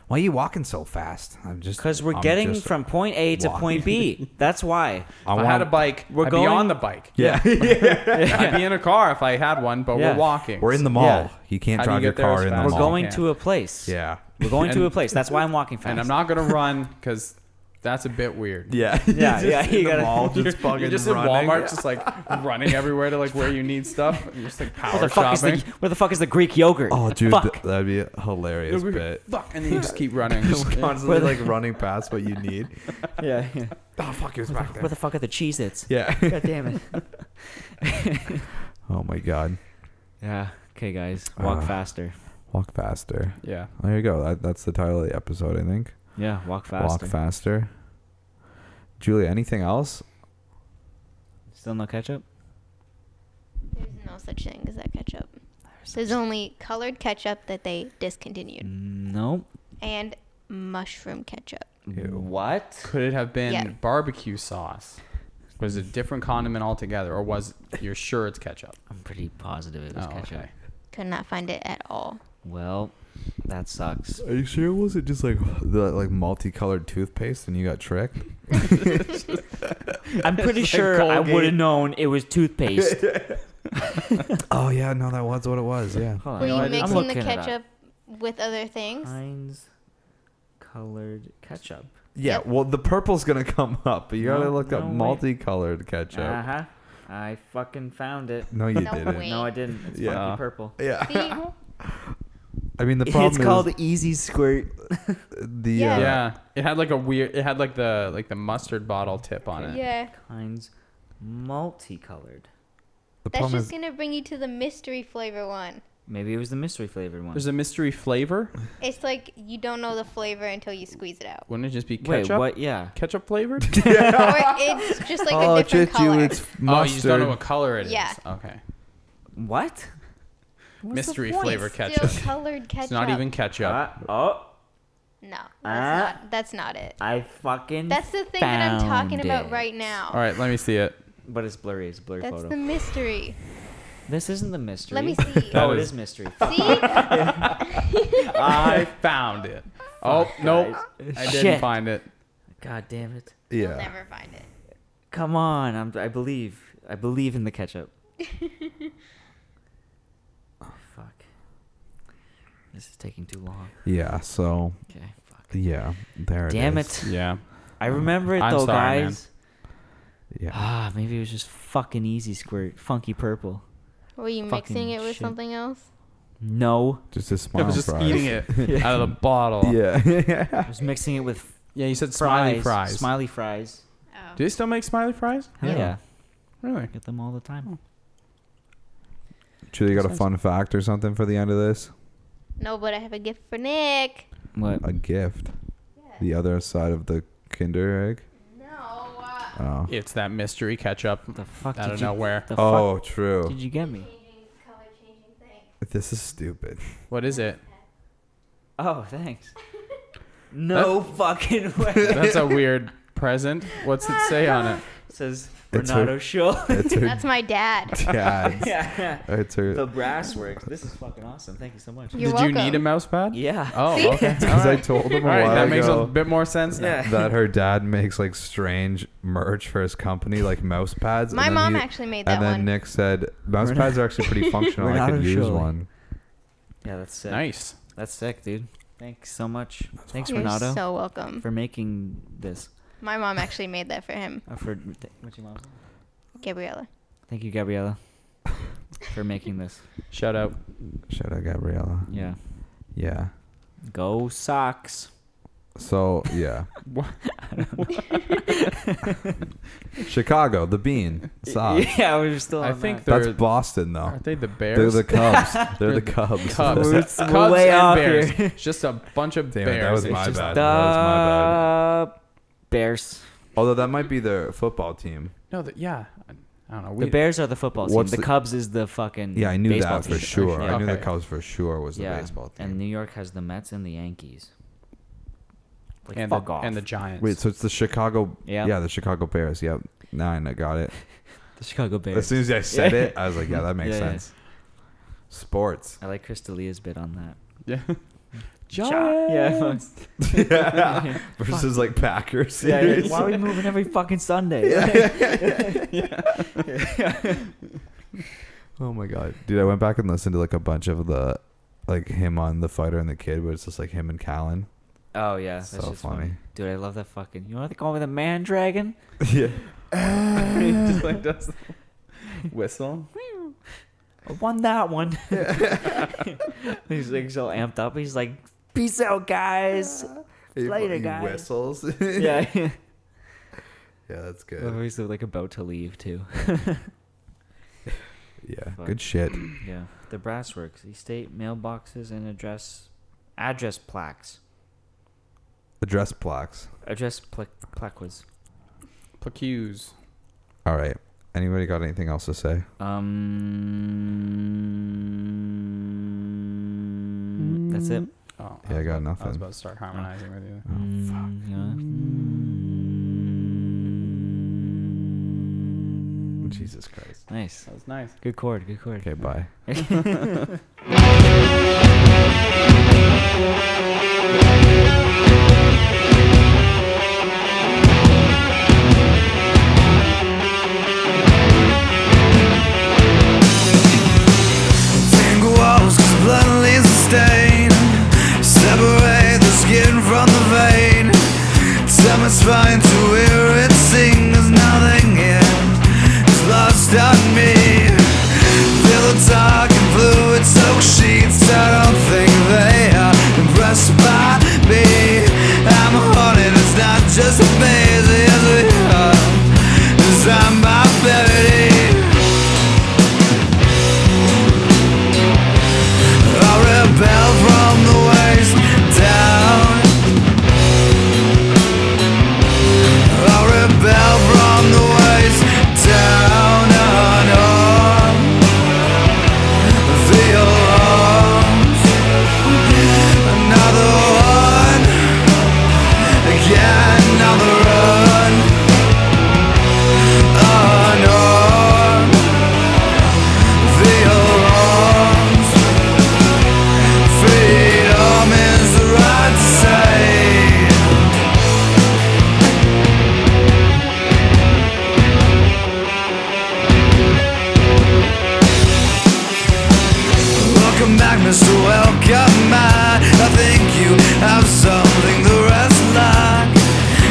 B: Why are you walking so fast? I'm just
A: Because we're
B: I'm
A: getting
B: just-
A: from point A to point B. That's why.
B: I
C: If I,
B: want
C: had a bike.
A: We're
C: I'd
A: going-
C: be on the bike.
B: Yeah.
C: I'd be in a car if I had one, but
A: Yeah.
C: we're walking.
B: we're in the mall.
A: Yeah.
B: You can't
C: How do you
B: drive your
C: get there
B: car
C: as
B: in the
C: fast?
A: We're
B: mall.
A: going
C: Yeah.
A: to a place.
B: Yeah.
A: We're going to
C: And-
A: a place. That's why I'm walking fast.
C: and I'm not gonna run because that's a bit weird.
B: Yeah.
A: Yeah, yeah, you gotta-
C: You're, you're just in Walmart, just like running everywhere to like where you need stuff. And you're just like power
A: where the fuck is
C: shopping.
A: the where the fuck is the Greek yogurt?
B: Oh, dude,
A: Fuck.
B: th- that'd be a hilarious
C: You're-
B: bit.
C: Fuck, and then you just keep running.
B: Just constantly like running past what you need.
A: yeah, yeah.
B: Oh fuck, it was back
A: Where the fuck are the Cheez Its?
B: Yeah.
A: God damn it.
B: Oh my god.
A: Yeah. Okay, guys, walk
B: Uh,
A: faster.
B: Walk faster.
C: yeah.
B: There you go. That, that's the title of the episode, I think.
A: Yeah, walk
B: Walk
A: faster.
B: faster. Julia, anything else?
A: Still no ketchup?
E: There's no such thing as that ketchup. There's only colored ketchup that they
C: Mm.
E: discontinued
A: Nope.
E: and mushroom ketchup.
B: Ew.
A: What?
C: Could it have been
E: Yeah.
C: barbecue sauce? Was it a different condiment altogether, or was you're sure it's ketchup?
A: I'm pretty positive it was
C: Oh,
A: ketchup.
C: okay.
E: Could not find it at all.
A: Well, that sucks.
B: Are you sure it wasn't just like the like multicolored toothpaste and you got tricked?
A: I'm pretty
C: It's like
A: sure I
C: Colgate.
A: would have known it was toothpaste.
B: oh yeah, no, that was what it was. Yeah.
A: Hold on.
E: Were
C: no, I
E: you
C: didn't- I'm
E: mixing the
A: looking it up.
E: ketchup with other things?
A: Heinz colored ketchup.
B: Yeah.
E: Yep.
B: Well, the purple's gonna come up. You gotta
A: No,
B: look up
A: no way.
B: multicolored ketchup.
A: Uh huh. I fucking found it.
B: No, you
E: No
B: didn't.
E: way.
A: No, I didn't. It's
B: Yeah.
A: funky purple.
B: Yeah.
E: See?
B: I mean, the problem is
A: Easy Squirt.
B: the
E: Yeah.
B: uh,
C: Yeah, it had like a weird. It had like the like the mustard bottle tip on it.
E: yeah.
A: Heinz multicolored.
B: The
E: That's
B: problem
E: just
B: is
E: gonna bring you to the mystery flavor one.
A: Maybe it was the mystery flavored one.
C: There's a mystery flavor.
E: It's like you don't know the flavor until you squeeze it out.
C: Wouldn't it just be
A: Wait,
C: ketchup?
A: what? Yeah.
C: Ketchup flavored?
E: or it's just like
B: Oh,
E: a different color.
C: Oh, you just don't know what color it is.
E: Yeah.
C: Okay.
A: What? What's the
C: mystery
A: point?
C: flavor ketchup.
E: Still colored ketchup.
C: It's not even ketchup.
A: Uh, oh,
E: No, that's
A: Ah.
E: not. That's not it.
A: I fucking.
E: That's the thing that I'm talking
A: found
E: about
A: it.
E: right now.
C: All right, let me see it.
A: But it's blurry. It's a blurry
E: That's
A: photo.
E: the mystery.
A: This isn't the mystery.
E: Let me see.
A: Oh, it
C: That is-
A: is mystery.
E: see?
C: I found it. Oh, nope.
A: guys.
C: I didn't
A: Shit.
C: find it.
A: God damn it.
E: You'll
B: Yeah.
E: never find it.
A: Come on. I'm, I believe. I believe in the ketchup. oh, fuck. This is taking too long.
B: Yeah. So
A: Okay, fuck.
B: yeah, there.
A: Damn
B: is.
A: it.
C: Yeah.
A: I remember it
C: I'm
A: though,
C: sorry, man.
A: guys.
B: Yeah.
A: Ah, maybe it was just fucking easy squirt. Funky purple.
E: Were you mixing
A: Fucking
E: it with
A: shit.
E: something else?
A: No.
B: Just a
C: I
B: smile.
C: was just
B: fries.
C: eating it out of the bottle.
B: Yeah.
A: I was mixing it with
C: Yeah, you said smiley
A: fries.
C: fries.
A: Smiley fries.
E: Oh.
C: Do they still make smiley fries?
A: Hell Yeah.
C: Really?
A: Get them all the time.
B: Should you got a
A: Sounds-
B: fun fact or something for the end of this?
E: No, but I have a gift for Nick.
A: What?
B: A gift. The other side of the Kinder egg.
E: No.
B: Oh.
C: It's that mystery ketchup
A: The fuck
C: out
A: did
C: of
A: you?
C: nowhere.
A: The
B: Oh,
A: fuck
B: true.
A: did you get me?
B: This is stupid.
C: What is it?
A: Oh, thanks. No fucking way.
C: That's a weird present. What's it say on it?
A: Says
B: It's
A: Renato
B: her-
A: Schull.
B: It's her
E: That's my dad.
B: dad's.
A: yeah.
B: It's her.
A: The brass works. This is fucking awesome. Thank you so much.
E: You're
C: Did
E: welcome.
C: you need a mouse pad?
A: Yeah.
C: Oh, okay.
B: Because I told him a
C: All right,
B: while
C: that makes a
B: ago
C: bit more sense. now.
A: Yeah.
B: that her dad makes like strange merch for his company, like mouse pads.
E: My
B: and then
E: mom
B: he-
E: actually made that
B: And then
E: one.
B: Nick said, "Mouse
A: We're not-
B: pads are actually pretty functional.
A: We're
B: I
A: not
B: could
A: on
B: use
A: show.
B: one."
A: Yeah, that's sick.
C: Nice.
A: That's sick, dude. Thanks so much. Thanks,
E: You're
A: Renato,
E: so welcome.
A: for making this.
E: My mom actually made that for him,
A: Uh, for th- what's your mom?
E: Gabriella.
A: Thank you, Gabriella, for making this.
C: Shout out.
B: Shout out Gabriella.
A: Yeah.
B: Yeah.
A: Go socks.
B: So yeah. Chicago, the bean, socks.
A: Yeah, we're still.
C: I
A: on
C: think
A: that.
C: they're-
B: That's Boston though.
C: Aren't they the
B: They're
C: Bears?
B: the Cubs. They're the Cubs.
C: Cubs.
A: We're
C: Cubs
A: way
C: and
A: off
C: Bears.
A: here.
C: It's Just a bunch of
B: Damn it,
C: Bears.
B: that was
C: It's
B: my
C: just-
B: bad. That
A: the Bears.
B: Although that might be their football team.
C: No, the, yeah. I- I don't know.
A: The
C: We,
A: Bears are the football team.
B: What's
A: The,
B: the-
A: Cubs is the fucking.
B: Yeah, I knew
A: baseball
B: that for
A: team.
B: sure. I
A: Yeah.
B: knew the
C: Okay.
B: Cubs for sure was the
A: Yeah.
B: baseball team.
A: And New York has the Mets and the Yankees. Like,
C: and,
A: fuck
C: the,
A: off.
C: and the Giants.
B: Wait, so it's the Chicago?
A: Yeah.
B: Yeah, the Chicago Bears. Yep. Nine. I got it.
A: The Chicago Bears.
B: As soon as I said
A: Yeah.
B: it, I was like, yeah, that makes
A: Yeah, yeah.
B: sense. Sports.
A: I like Chris D'Elia's bit on that.
C: yeah.
A: Ja- Yeah.
C: Giants.
A: fuck.
B: yeah. Versus like Packers.
A: Yeah, yeah,
B: series.
A: Why are we moving every fucking Sunday?
B: Oh my god, dude! I went back and listened to like a bunch of the, like him on the fighter and the kid, where it's just like him and Callan.
A: Oh yeah, that's
B: So
A: just funny.
B: funny.
A: dude. I love that fucking. You know what they call me, the man dragon?
B: yeah.
C: He just like does the whistle.
A: I won that one. he's like so amped up. He's like, peace out, guys. Later,
B: He
A: guys.
B: Whistles.
A: yeah, yeah.
B: Yeah, that's
A: Oh,
B: good.
A: he's like about to leave too.
B: Yeah,
A: Fuck.
B: good shit.
A: yeah, the brass works. Estate mailboxes and address address plaques.
B: Address plaques.
A: Address pla- plaques.
C: Placues.
B: All right. Anybody got anything else to say?
A: Um, that's it.
C: Oh,
B: Yeah, I
A: Uh-huh.
B: got
C: was- I was
B: nothing.
C: about to start harmonizing with you.
B: Oh, fuck. Jesus Christ.
A: Yeah. Nice.
C: That was nice.
A: Good chord. Good chord.
B: Okay, bye.
F: Finger walls, 'cause blood leaves a stain. Separate the skin from the vein. Time is fine to hear it sing. There's nothing in It's lost on me. Feel the dark and fluid soaked sheets. I don't think they are impressed by me. I'm haunted. It's not just a phase. Yes, we are. It's on my thirty.
B: Mr. Welcome Man. I think you have something the rest lack.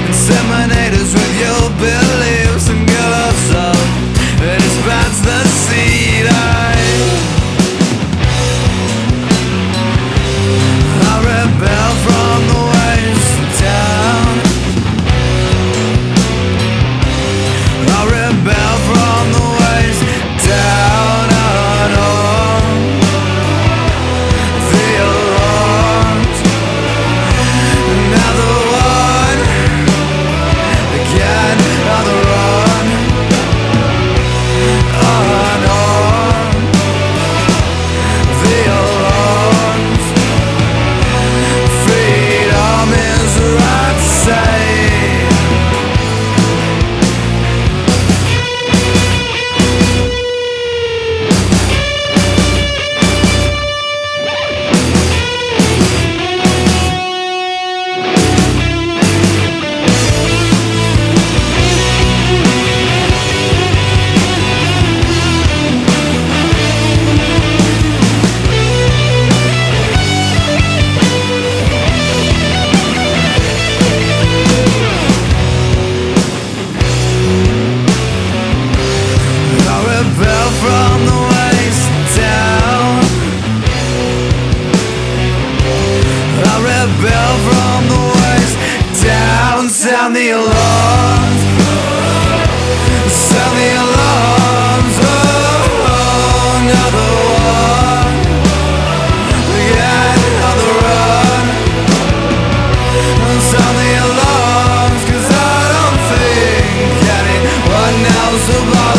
B: Inseminators with your beliefs and gloves up. It expands the seed. I I rebel from the ways down. I rebel from the ways down and on. The alarms. Another one. Again, another run. On, on. The alarms. Freedom is right to say. I rebel from the waist down. I rebel from the waist down. Sound the alarms. Sound the alarms. Oh, another one. Yet another run. Sound the alarms, 'cause I don't think anyone else above